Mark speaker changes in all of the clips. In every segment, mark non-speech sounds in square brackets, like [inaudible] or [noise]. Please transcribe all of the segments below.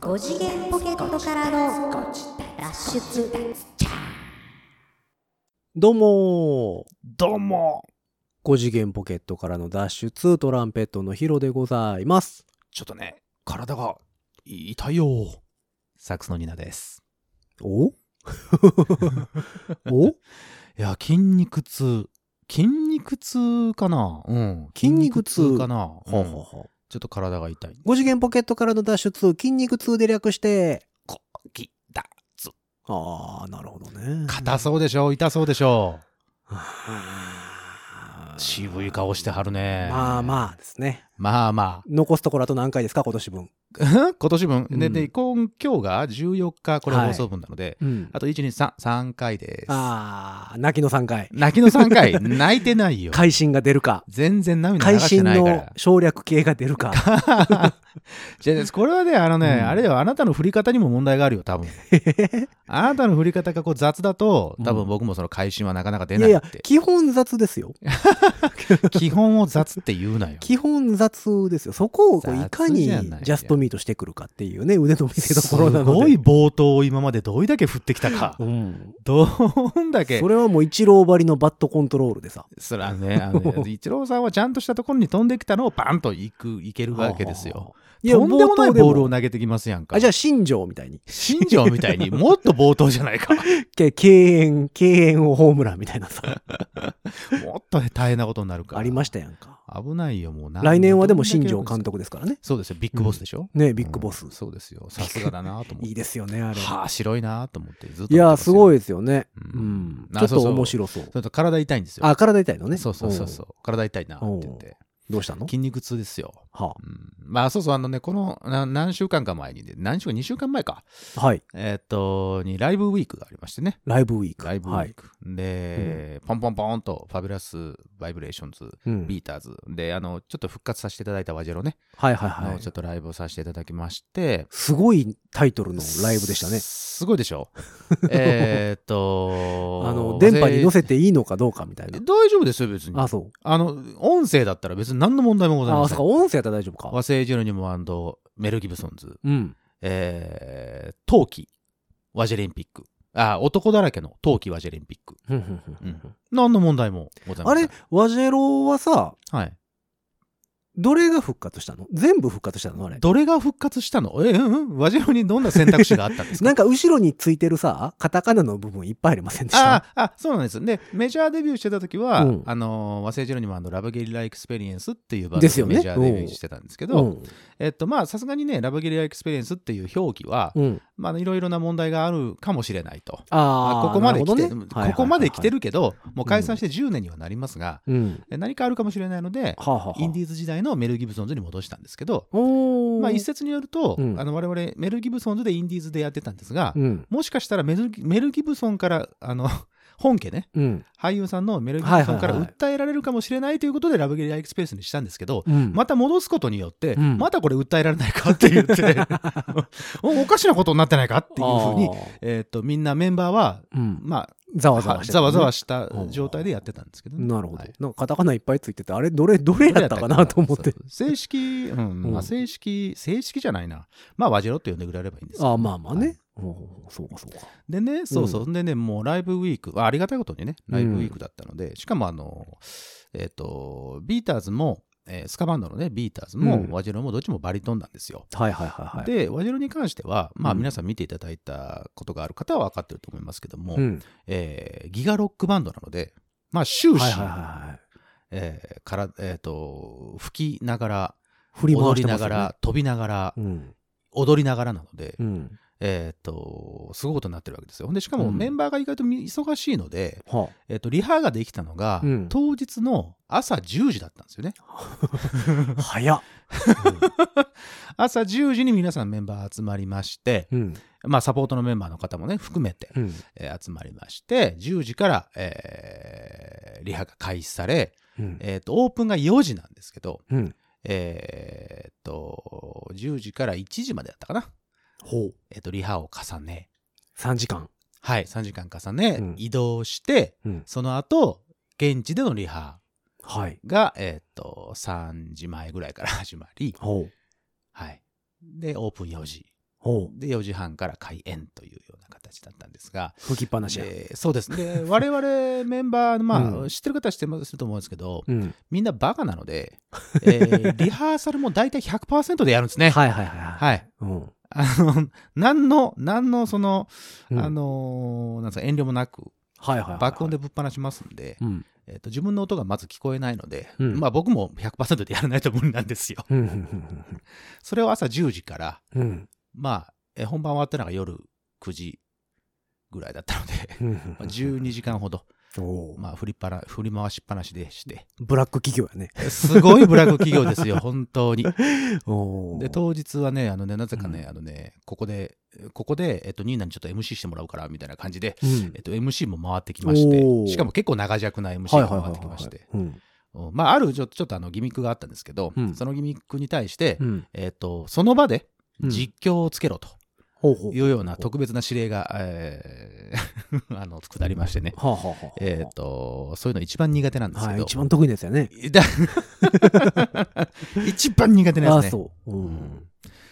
Speaker 1: 5次元ポケットからの脱出
Speaker 2: どうも
Speaker 3: どうも
Speaker 2: ー5次元ポケットからの脱出トランペットのヒロでございます
Speaker 3: ちょっとね、体が痛いよ。サックスのニナです。
Speaker 2: お [laughs] お
Speaker 3: いや、筋肉痛。筋肉痛かなうん。
Speaker 2: 筋肉痛
Speaker 3: かな、うん
Speaker 2: ほうほうほ
Speaker 3: ちょっと体が痛い。
Speaker 2: う5次元ポケットからの脱出筋肉痛で略して
Speaker 3: こ、き、だ、つ。
Speaker 2: ああなるほどね
Speaker 3: 硬そうでしょ痛そうでしょ
Speaker 2: はあ
Speaker 3: 渋い顔してはるね。
Speaker 2: まあまあですね
Speaker 3: あ。まあま
Speaker 2: 残すところあと何回ですか今年分
Speaker 3: あ。 [laughs] 今年分。で、
Speaker 2: うん
Speaker 3: で、今今日が14日、これ放送分なので、
Speaker 2: うん
Speaker 3: あと1、2、3、3回です。
Speaker 2: ああ泣きの3回
Speaker 3: 泣きの3回、 [laughs] 泣いてないよ。
Speaker 2: 会心が出るか
Speaker 3: 全然涙流
Speaker 2: 会
Speaker 3: して
Speaker 2: 心
Speaker 3: ないから
Speaker 2: の。省略系が出るか
Speaker 3: じゃあこれはね、あのね、
Speaker 2: うん
Speaker 3: あれよ、あなたの振り方にも問題があるよ、
Speaker 2: [laughs]
Speaker 3: 多分。あなたの振り方がこう雑だと、多
Speaker 2: う
Speaker 3: 分
Speaker 2: ん
Speaker 3: 僕もその会心はなかな [laughs] か出
Speaker 2: い
Speaker 3: な
Speaker 2: やい
Speaker 3: いっ
Speaker 2: や
Speaker 3: て。
Speaker 2: 基本雑ですよ
Speaker 3: [laughs] 基本を雑って言うなよ。
Speaker 2: 基本雑ですよ。そこをこういかにジ
Speaker 3: 雑じゃない
Speaker 2: ャストミートしてくるかっていうね、腕の見せ
Speaker 3: す
Speaker 2: どころなので。
Speaker 3: ごい冒頭を今までどれだけ振ってきたか
Speaker 2: う。ん。
Speaker 3: どんだけ
Speaker 2: そ。れはもう一郎張りのバットコントロールでさ。
Speaker 3: そらね、あのね、イチローさんはちゃんとしたところに飛んできたのをバンと行く、行けるわけですよ。
Speaker 2: いや。
Speaker 3: とんでもない
Speaker 2: 冒頭
Speaker 3: ボールを投げてきますやんか。
Speaker 2: あ、じゃあ新庄みたいに。
Speaker 3: 新庄みたいにもっと冒頭じゃない
Speaker 2: [laughs]
Speaker 3: か。
Speaker 2: け敬遠、敬遠をホームランみたいなさ。
Speaker 3: もっと大変なことになるから。
Speaker 2: ありましたやんか。
Speaker 3: 危ないよ、もうな。
Speaker 2: 来年はでも
Speaker 3: どんだ
Speaker 2: 新
Speaker 3: け
Speaker 2: 庄監督ですからね。
Speaker 3: そうですよ、ビッグボスでしょ、
Speaker 2: ね、ビッグボス
Speaker 3: うん。そうですよ、さすがだなと思っ
Speaker 2: いい
Speaker 3: て。
Speaker 2: ですよね、あれ。
Speaker 3: はあ、白いなと思って、ずっと
Speaker 2: いや、すごい
Speaker 3: い。
Speaker 2: ですよね。う
Speaker 3: うんん。
Speaker 2: ちょっ
Speaker 3: あそう
Speaker 2: と
Speaker 3: そう
Speaker 2: 面白そう
Speaker 3: そ。れと体痛いんですよ。
Speaker 2: あ、体痛いのね。
Speaker 3: そうそうそうそうう。体痛いなって言って。
Speaker 2: ん。どうしたの
Speaker 3: 筋肉痛ですよ。
Speaker 2: は
Speaker 3: うん、まあそうそう、あのね、このな何週間か前にね、何週間、2週間前か、
Speaker 2: あはい。
Speaker 3: えーっと、にライブウィークがありましてね。
Speaker 2: ライブウィーク。
Speaker 3: ライブウ
Speaker 2: は
Speaker 3: ィー
Speaker 2: い。
Speaker 3: ク。で、ポンポンポンと、ファビュラス・バイブレーションズ、
Speaker 2: うん
Speaker 3: ビーターズ。で、あの、ちょっと復活させていただいたワジェロね。
Speaker 2: はいはいは
Speaker 3: の
Speaker 2: い
Speaker 3: ちょ。っとライブをさせていただきまして、
Speaker 2: すごいタイトルのライブでしたね。
Speaker 3: すすごいで
Speaker 2: [laughs]
Speaker 3: しょえーっと、
Speaker 2: あの、電波に載せ
Speaker 3: せ
Speaker 2: ていいのかどうかみたいな。
Speaker 3: 大丈夫ですよ、別に。
Speaker 2: あ、
Speaker 3: あ
Speaker 2: そ
Speaker 3: の、音声だったら別に何の問題もご
Speaker 2: う。
Speaker 3: ざい
Speaker 2: あ、
Speaker 3: ま
Speaker 2: そ
Speaker 3: せ
Speaker 2: っ
Speaker 3: ん
Speaker 2: か、。音声やったら大丈夫
Speaker 3: 和
Speaker 2: か。
Speaker 3: 製ジェロニモメル・ギブソンズ、
Speaker 2: うん。
Speaker 3: えー、冬季ワジェリンピック。あ、男だらけの冬季ワジェリンピック。
Speaker 2: ふんふんふんふん
Speaker 3: うん何の問題もござい
Speaker 2: あ
Speaker 3: ません。
Speaker 2: れ、ワジェロはさ、
Speaker 3: はい。
Speaker 2: どれが復活したの全部復活したのあれ。
Speaker 3: どれが復活したのえ、うんうん。ワジェロにどんな選択肢があったんですか
Speaker 2: なんか後ろについてるさ、カタカナの部分いっぱいありませんでした。
Speaker 3: ああそうなんですでメジャーデビューしてた時は、
Speaker 2: うん
Speaker 3: あの和製ジェロニマンのラブゲリラエクスペリエンスっていうバンド
Speaker 2: ですよ
Speaker 3: で
Speaker 2: ね
Speaker 3: メジャーデビューしてたんですけ
Speaker 2: う
Speaker 3: ど、
Speaker 2: ん。
Speaker 3: えっとまあさすがにねラブゲリラエクスペリエンスっていう表記は、
Speaker 2: うん。
Speaker 3: まあいろいろな問題があるかもしれないと。
Speaker 2: ああ、
Speaker 3: ここまで来て
Speaker 2: な
Speaker 3: る、
Speaker 2: るほどね
Speaker 3: ここまで来て。
Speaker 2: は
Speaker 3: るけど、もう解散して10年にはなりますが、
Speaker 2: いはいはいうん。
Speaker 3: え何かあるかもしれないの
Speaker 2: は
Speaker 3: で、
Speaker 2: あ、はあはあ、
Speaker 3: インディーズ時代のメル・ギブソンズに戻したんですけど、
Speaker 2: おー
Speaker 3: まあ、一説によると、
Speaker 2: うん
Speaker 3: あの我々メル・ギブソンズでインディーズでやってたんですが、
Speaker 2: うん。
Speaker 3: もしかしたらメルメル・ギブソンからあの本家ね
Speaker 2: うん。
Speaker 3: 俳優さんのメル・ギブソ
Speaker 2: は
Speaker 3: ンから
Speaker 2: いはいはい
Speaker 3: 訴えられるかもしれないということでラブゲリラエクスペースにしたんですけど、
Speaker 2: うん。
Speaker 3: また戻すことによって、
Speaker 2: うん
Speaker 3: またこれ訴えられないかって言って
Speaker 2: [laughs]
Speaker 3: おおかしなことになってないかっていうふうに、
Speaker 2: あ
Speaker 3: えー、とみんなメンバーは、
Speaker 2: ー。うん。
Speaker 3: まあ、
Speaker 2: ざわ
Speaker 3: は
Speaker 2: ざわしてた
Speaker 3: ざ
Speaker 2: ね
Speaker 3: わざわした状態でやってたんですけどね、
Speaker 2: なるほど。
Speaker 3: はい
Speaker 2: なんかカタカナいっぱいついてて、あれ、どれ、どれやったかなと思っ
Speaker 3: そう
Speaker 2: て
Speaker 3: そ。う正式、うん
Speaker 2: うん
Speaker 3: まあ、正式正式じゃないなまあワジェロって呼んでくれればいいんですけど
Speaker 2: ああ、まあまあ
Speaker 3: は
Speaker 2: ね
Speaker 3: い。
Speaker 2: うんそうか、そうか。
Speaker 3: でね、そうそう。でね、もうライブウィーク、あありがたいことにね、ライブウィークだったので、しかもあの、えっ、と、ビーターズも、えースカバンドのね、ビーターズも、
Speaker 2: うん
Speaker 3: ワジェロもどっちもバリトンなんですよ。
Speaker 2: はいはいはいはい。、
Speaker 3: で、ワジェロに関しては、まあ
Speaker 2: うん
Speaker 3: 皆さん見ていただいたことがある方は分かってると思いますけども、
Speaker 2: うん。
Speaker 3: えーギガロックバンドなので、まあ終始、
Speaker 2: はいはいはいはい。
Speaker 3: えーから、えっ、と、吹きながら、
Speaker 2: 振り回
Speaker 3: 踊
Speaker 2: し
Speaker 3: り
Speaker 2: てま
Speaker 3: な
Speaker 2: すよ
Speaker 3: が
Speaker 2: ね
Speaker 3: ら、飛びながら、
Speaker 2: うん。
Speaker 3: 踊りながらなので、
Speaker 2: うん。
Speaker 3: えっ、と、すごいことになってるわけですよ。ほんで、しか
Speaker 2: う
Speaker 3: も
Speaker 2: ん
Speaker 3: メンバーが意外とみ忙しいので、
Speaker 2: は
Speaker 3: えっと、リハができたのが、
Speaker 2: うん
Speaker 3: 当日の朝10時だったんですよね。
Speaker 2: あ。早っ。
Speaker 3: 朝10時に皆さんメンバー集まりまして、
Speaker 2: うん。
Speaker 3: まあ、サポートのメンバーの方もね、含めて、
Speaker 2: うん。
Speaker 3: えー集まりまして、10時から、えーリハが開始され、
Speaker 2: うん。
Speaker 3: えっ、と、オープンが4時なんですけど、
Speaker 2: うん。
Speaker 3: えっ、と、10時から1時までだったかな。
Speaker 2: ほう。
Speaker 3: えっ、と、リハを重ね、
Speaker 2: 3時間。
Speaker 3: はい、3時間重ね、
Speaker 2: うん
Speaker 3: 移動して、
Speaker 2: うん。
Speaker 3: その後、現地でのリハ
Speaker 2: はい。
Speaker 3: が、えっ、と、3時前ぐらいから始まり、
Speaker 2: ほう。
Speaker 3: はい。で、オープン4時。
Speaker 2: ほう。
Speaker 3: で、4時半から開演というような形だったんですが、
Speaker 2: 吹きっぱなしや。
Speaker 3: えーそうですね。
Speaker 2: [laughs]
Speaker 3: で我々メンバーの、まあ、
Speaker 2: うん
Speaker 3: 知ってる方は知ってますと思うんですけど、
Speaker 2: うん。
Speaker 3: みんなバカなの
Speaker 2: [laughs]
Speaker 3: で、えーリハーサルも大体100%でやるんですね。
Speaker 2: はいはいはいはい。
Speaker 3: はい。
Speaker 2: うん。
Speaker 3: あの、何の、何のその、
Speaker 2: うん
Speaker 3: あ、のーなんですか、遠慮もなく、
Speaker 2: はいはいはい。
Speaker 3: 爆音でぶっ放しますんで、
Speaker 2: うん。
Speaker 3: えっと、自分の音がまず聞こえないので、
Speaker 2: うん
Speaker 3: まあ僕も100%でやらないと無理なんですよ。
Speaker 2: うん。うんうん。
Speaker 3: それを朝10時から、
Speaker 2: うんうん。
Speaker 3: まあ、えー本番終わったのが夜9時ぐらいだった
Speaker 2: [laughs]
Speaker 3: ので、
Speaker 2: うんうん
Speaker 3: まあ、12時間ほど、
Speaker 2: おー
Speaker 3: まあ、振りっぱな、振り回しっぱなし
Speaker 2: [laughs]
Speaker 3: でして、
Speaker 2: ブラック企業や
Speaker 3: [laughs]
Speaker 2: ね。
Speaker 3: すごいブラック企
Speaker 2: [laughs]
Speaker 3: 業ですよ、本当に。
Speaker 2: おー
Speaker 3: で、当日はね、あのね、なぜかね、
Speaker 2: うん
Speaker 3: あのね、ここで、ここで、えっと、ニーナにちょっと MC してもらうから、みたいな感じで、
Speaker 2: うん
Speaker 3: えっと、MC も回ってきまして
Speaker 2: お、ー
Speaker 3: しかも結構長尺な MC
Speaker 2: はいは
Speaker 3: が
Speaker 2: いはい
Speaker 3: 回
Speaker 2: は
Speaker 3: っ
Speaker 2: い
Speaker 3: てきまして、
Speaker 2: うん
Speaker 3: うんまあ、あるちょちょっとあのギミックがあったんですけど、
Speaker 2: うん
Speaker 3: そのギミックに対して、
Speaker 2: うん。
Speaker 3: えっと、その場で
Speaker 2: うん
Speaker 3: 実況をつけろと
Speaker 2: ほうほう。
Speaker 3: いうような特別な指令が、えー [laughs] あの、下りましてね、
Speaker 2: はあはあはあはあ
Speaker 3: えっと、そういうの一番苦手なんですけ
Speaker 2: は
Speaker 3: ど、
Speaker 2: い、一番得意ですよね。
Speaker 3: だ [laughs] 一番苦手な
Speaker 2: あ
Speaker 3: や
Speaker 2: あ、
Speaker 3: つね。
Speaker 2: そう。う
Speaker 3: うんん。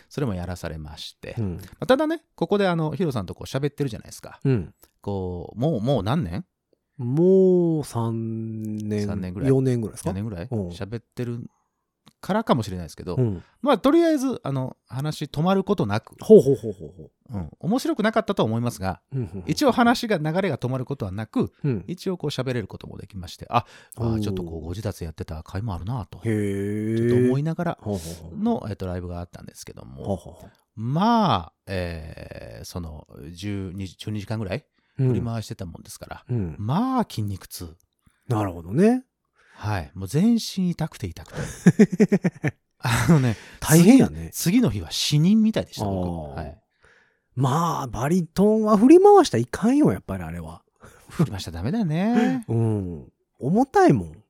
Speaker 3: それもやらされまして。
Speaker 2: う
Speaker 3: ま
Speaker 2: ん。
Speaker 3: あただね、ここであの、ヒロさんとこう喋ってるじゃないですか。
Speaker 2: うん。
Speaker 3: こう、もう、もう何年
Speaker 2: もう三年。
Speaker 3: 三年ぐらい
Speaker 2: 4年ぐらいですか
Speaker 3: ?4 年ぐらい
Speaker 2: うん
Speaker 3: 喋ってるからかもしれないですけど、
Speaker 2: うん。
Speaker 3: まあ、とりあえず、あの、話止まることなく、
Speaker 2: ほうほうほうほうほ
Speaker 3: うん、面白くなかったとは思いますが、
Speaker 2: ううんうん。
Speaker 3: 一応話が、流れが止まることはなく、
Speaker 2: うん。
Speaker 3: 一応こう喋れることもできまして、あ、あ
Speaker 2: おー
Speaker 3: ーちょっとこう、ご自立やってた回もあるなと、ちょ
Speaker 2: へえ。
Speaker 3: っと思いながら
Speaker 2: ほうほうほう
Speaker 3: の、えっと、ライブがあったんですけども、
Speaker 2: はあはあはあ
Speaker 3: まあ、えーその12 12時間ぐらい
Speaker 2: うん
Speaker 3: 振り回してたもんですから、
Speaker 2: うん。
Speaker 3: まあ筋肉痛。
Speaker 2: なるほどね。
Speaker 3: はい。もう全身痛くて痛くて。
Speaker 2: [laughs]
Speaker 3: あのね、
Speaker 2: 大変やね。
Speaker 3: 次の日は死人みたいでした、僕。
Speaker 2: あー
Speaker 3: はい。
Speaker 2: まあ、バリトンは振り回したらいかんよ、やっぱりあれは。。
Speaker 3: 振りましたらダメだよね
Speaker 2: うん。重たいもん。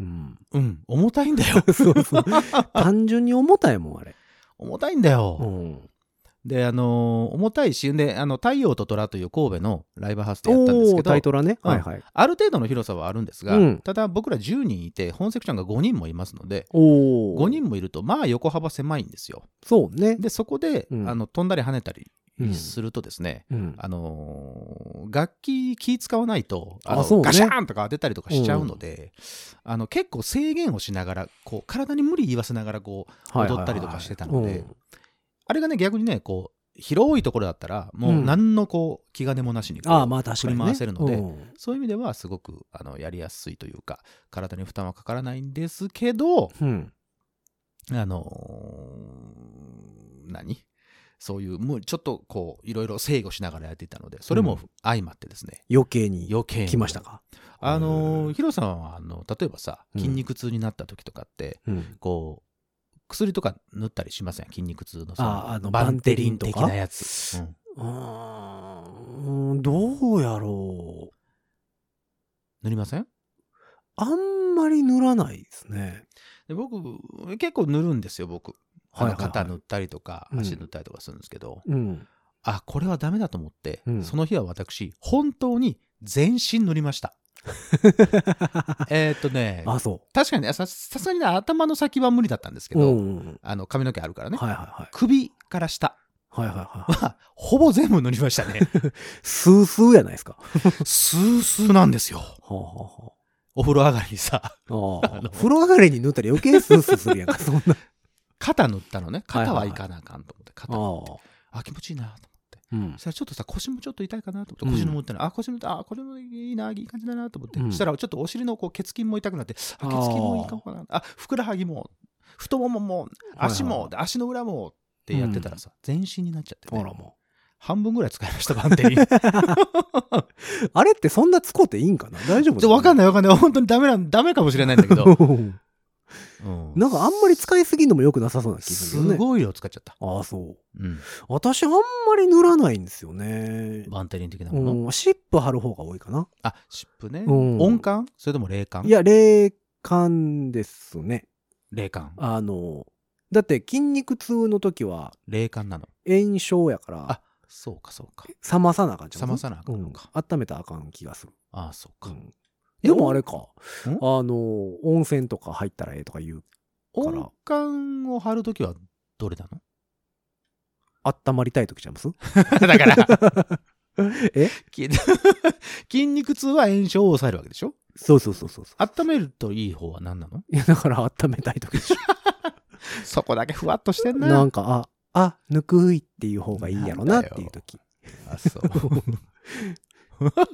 Speaker 2: [laughs] うん。
Speaker 3: うん。重たいんだよ。
Speaker 2: そうそう。単純に重たいもん、あれ。
Speaker 3: 重たいんだよ。
Speaker 2: うん。
Speaker 3: で、あのー重たいし、で、あの、太陽と虎という神戸のライブハウスでやったんです
Speaker 2: お
Speaker 3: け
Speaker 2: ータイ
Speaker 3: ど、
Speaker 2: トラね。
Speaker 3: うん
Speaker 2: はいはい。
Speaker 3: ある程度の広さはあるんですが、
Speaker 2: うん
Speaker 3: ただ僕ら10人いて、本セクションが5人もいますので、
Speaker 2: お
Speaker 3: 5人もいると、まあ横幅狭いんですよ。
Speaker 2: そうね。
Speaker 3: で、そこで、
Speaker 2: うん
Speaker 3: あの飛んだり跳ねたり
Speaker 2: うん
Speaker 3: するとですね、
Speaker 2: うん。
Speaker 3: あのー楽器気使わないと、あの
Speaker 2: あそうね
Speaker 3: ガシャーンとか当てたりとかしちゃうので、あの結構制限をしながら、こう体に無理言わせながらこう、
Speaker 2: はいはいはい
Speaker 3: 踊ったりとかしてたのであれがね、逆にね、こう、広いところだったら、もううん何のこう、気兼ねもなしにこう
Speaker 2: ああ、まあ確かにね。
Speaker 3: 振り回せるので
Speaker 2: うん
Speaker 3: そういう意味ではすごくあのやりやすいというか、体に負担はかからないんですけど、
Speaker 2: うん。
Speaker 3: あのー何そういう、もうちょっとこう、いろいろ制御しながらやっていたので、それも相まってですね、
Speaker 2: 余計に
Speaker 3: 余計に。
Speaker 2: 来ました。か。
Speaker 3: あの
Speaker 2: うん
Speaker 3: ーヒロさんは、あの、例えばさ、
Speaker 2: うん
Speaker 3: 筋肉痛になった時とかって、
Speaker 2: うん。
Speaker 3: こう、薬とか塗ったりしません筋肉痛の
Speaker 2: ああの
Speaker 3: バンテリ
Speaker 2: バン
Speaker 3: ン
Speaker 2: テリン
Speaker 3: 的
Speaker 2: とか
Speaker 3: なやつ。うん
Speaker 2: うーん、どうやろう。
Speaker 3: 塗りません
Speaker 2: あんまり塗らないですね。
Speaker 3: で僕、結構塗るんですよ、僕。あ
Speaker 2: はい
Speaker 3: の
Speaker 2: はいはい
Speaker 3: 肩塗ったりとか、
Speaker 2: うん
Speaker 3: 足塗ったりとかするんですけど、 [laughs]
Speaker 2: うん。
Speaker 3: あ、これはダメだと思って、
Speaker 2: うん
Speaker 3: その日は私、本当に全身塗りました。えーっとね、
Speaker 2: あ、そ
Speaker 3: 確かにねささすがにね、頭の先は無理だったんですけ
Speaker 2: う。う
Speaker 3: ど、
Speaker 2: んうん。
Speaker 3: あの髪の毛あるからね、
Speaker 2: はいは
Speaker 3: 首から下
Speaker 2: いはい。はいはいはい。
Speaker 3: は、ほぼ全部塗り
Speaker 2: [laughs]
Speaker 3: ましたね。
Speaker 2: スースーやないですか。
Speaker 3: スースーなんですよ。
Speaker 2: はあは
Speaker 3: お風呂上がりにさ、
Speaker 2: あは
Speaker 3: [laughs]
Speaker 2: あああ。風呂上がりに塗ったら余計スースーするやんか、そんな。
Speaker 3: 肩塗ったのね、肩
Speaker 2: は
Speaker 3: は
Speaker 2: はいはい
Speaker 3: いいかな [laughs] あかんと思って、
Speaker 2: あ
Speaker 3: 肩、
Speaker 2: あ。
Speaker 3: あ、気持ちいいなと思って。
Speaker 2: うん
Speaker 3: そ。したらちょっとさ、腰もちょっと痛いかなと
Speaker 2: う
Speaker 3: 思
Speaker 2: ん
Speaker 3: って、腰の持ってない、あ、腰も痛い、あ、これもいいな、いい感じだなと思って、
Speaker 2: うん
Speaker 3: そしたらちょっとお尻のこう血筋も痛くなって、あ、血
Speaker 2: あー
Speaker 3: 筋もいいかもかな、あ、ふくらはぎも、太ももも、
Speaker 2: はい
Speaker 3: 足も、で足の裏もってやってたらさ、全身になっちゃって、
Speaker 2: あ
Speaker 3: ね
Speaker 2: ら、も
Speaker 3: 半分ぐらい使いました、バンテ
Speaker 2: [laughs]
Speaker 3: リン。
Speaker 2: う。あれってそんな使うていいんかな大丈夫
Speaker 3: でわかん
Speaker 2: ない。
Speaker 3: ないわかんない、本当にダメなん、ダメかもしれないんだけど、うん
Speaker 2: [laughs] なんかあんまり使いすぎんのも良くなさそうな気す
Speaker 3: す
Speaker 2: るよね。
Speaker 3: ごい量使っちゃった。
Speaker 2: ああ、そう。
Speaker 3: うん。
Speaker 2: 私あんまり塗らないんですよね。
Speaker 3: バンテリン的なもの。
Speaker 2: うん、シップ貼る方が多いかな。
Speaker 3: あ、湿布ね。
Speaker 2: うん
Speaker 3: 温感それとも冷感
Speaker 2: いや、霊感ですね。
Speaker 3: 冷感。
Speaker 2: あの、だって筋肉痛の時は
Speaker 3: 冷感なの。
Speaker 2: 炎症やから
Speaker 3: あ、そうか、そうか。
Speaker 2: 冷まさなあかんちゃう
Speaker 3: 冷まさなあかんのか
Speaker 2: うん温めたらあかん気がする。
Speaker 3: ああ、そうか。
Speaker 2: うん
Speaker 3: え
Speaker 2: でもあれか、
Speaker 3: おん
Speaker 2: あの、温泉とか入ったらええとか言う。から
Speaker 3: 音感を貼るときはどれなの
Speaker 2: 温まりたいときちゃいます
Speaker 3: [laughs] だから、
Speaker 2: え
Speaker 3: き [laughs] 筋肉痛は炎症を抑えるわけでしょ
Speaker 2: そうそうそうそうそう。
Speaker 3: 温めるといい方は何なの
Speaker 2: いや、だから温めたいときで
Speaker 3: [laughs]
Speaker 2: し
Speaker 3: そこだけふわっとしてん
Speaker 2: ょ。
Speaker 3: な。
Speaker 2: なんか、あ、あ、ぬくいっていう方がいいやろなっていうとき。
Speaker 3: あそう。
Speaker 2: [laughs]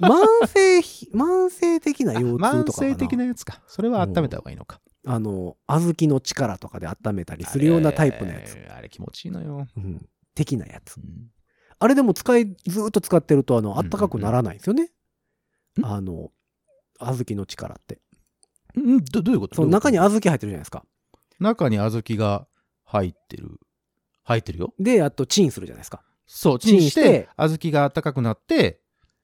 Speaker 2: 慢性ひ、慢性的な腰痛
Speaker 3: 慢
Speaker 2: とかかな。
Speaker 3: 性的なや
Speaker 2: [laughs]
Speaker 3: つか。それは温めた方がいいのか。
Speaker 2: あの、小豆の力とかで温めたりするようなタイプのや
Speaker 3: あ
Speaker 2: つ。
Speaker 3: れ。あれ気持ちいいのよ。
Speaker 2: うん。的なやつ
Speaker 3: う。ん
Speaker 2: あれでも使い、ずーっと使ってると、あの、
Speaker 3: んうんうん
Speaker 2: 暖かくならないんですよね。
Speaker 3: ん
Speaker 2: あの、小豆の力って。
Speaker 3: うん、どどういうこと
Speaker 2: その中に
Speaker 3: どういう
Speaker 2: 小豆入ってるじゃないですか。
Speaker 3: こと中に小豆が入ってる。入ってるよ。
Speaker 2: で、あとチンするじゃないですか。
Speaker 3: そう、
Speaker 2: チ
Speaker 3: チ
Speaker 2: ン
Speaker 3: ン
Speaker 2: し
Speaker 3: してて、小豆が暖かくなって、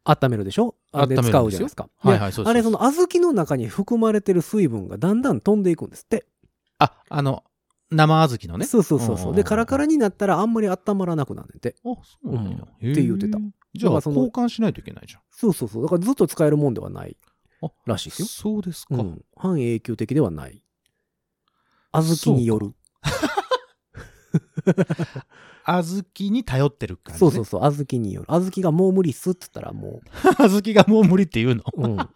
Speaker 2: 温めるでしょあれ
Speaker 3: 温めるん
Speaker 2: 使う
Speaker 3: ですよ
Speaker 2: じゃないですか。
Speaker 3: はいはいそうです
Speaker 2: あれ、その小豆の中に含まれてる水分がだんだん飛んでいくんですって。
Speaker 3: あ、あの、生小豆のね。
Speaker 2: そうそうそう
Speaker 3: うんうん
Speaker 2: そうう。
Speaker 3: ん
Speaker 2: で、カラカラになったらあんまり温まらなくなるんで。
Speaker 3: あ、そうなんや。
Speaker 2: うん
Speaker 3: へー
Speaker 2: って言ってた。
Speaker 3: じ
Speaker 2: だ
Speaker 3: ゃ
Speaker 2: から
Speaker 3: あ、
Speaker 2: その
Speaker 3: 交換しないといけないじゃん。
Speaker 2: そうそうそう。だからずっと使えるもんではないらしいですよ。
Speaker 3: そうですか。
Speaker 2: うん、半永久的ではない。小豆による。
Speaker 3: 小豆に頼ってる感じ、
Speaker 2: そ
Speaker 3: ね。
Speaker 2: うそうそう、小豆による。小豆がもう無理っすって言ったらも
Speaker 3: 小豆がもう無理って言うの。
Speaker 2: う、うん、も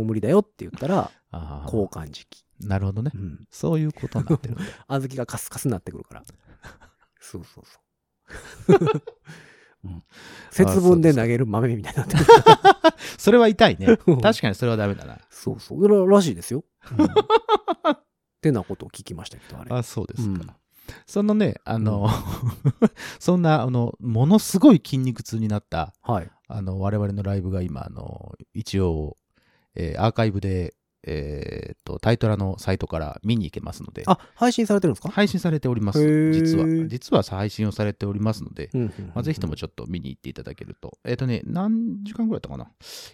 Speaker 2: う無理だよって言ったら
Speaker 3: [laughs] あ
Speaker 2: 交換時期。
Speaker 3: う。なるほどね
Speaker 2: う。ん。
Speaker 3: そういうことになってるんだ。
Speaker 2: 小豆がカスカスになってくるから。そうそう [laughs] そう。うん、節分で投げる豆みたいになってくる。
Speaker 3: [laughs] それは痛いね。
Speaker 2: うん
Speaker 3: 確かにそれはダメだな。
Speaker 2: そうそう。ららしいですよ。
Speaker 3: [laughs]
Speaker 2: うん、ってなことを聞きましたけど、あれ。
Speaker 3: あ、そうですか。
Speaker 2: うん
Speaker 3: そのね、あの、 [laughs] そんな、あの、ものすごい筋肉痛になった、
Speaker 2: はい。
Speaker 3: あの、我々のライブが今、あの、一応、えーアーカイブで、えーっと、タイトラのサイトから見に行けますので、
Speaker 2: あ、配信されてるんですか
Speaker 3: 配信されておりま
Speaker 2: へ
Speaker 3: す。
Speaker 2: ー
Speaker 3: 実は。実は配信をされておりますので、
Speaker 2: うんうんうん
Speaker 3: まあ、ぜひともちょっと見に行っていただけると。えっ、とね、何時間ぐらいだったかな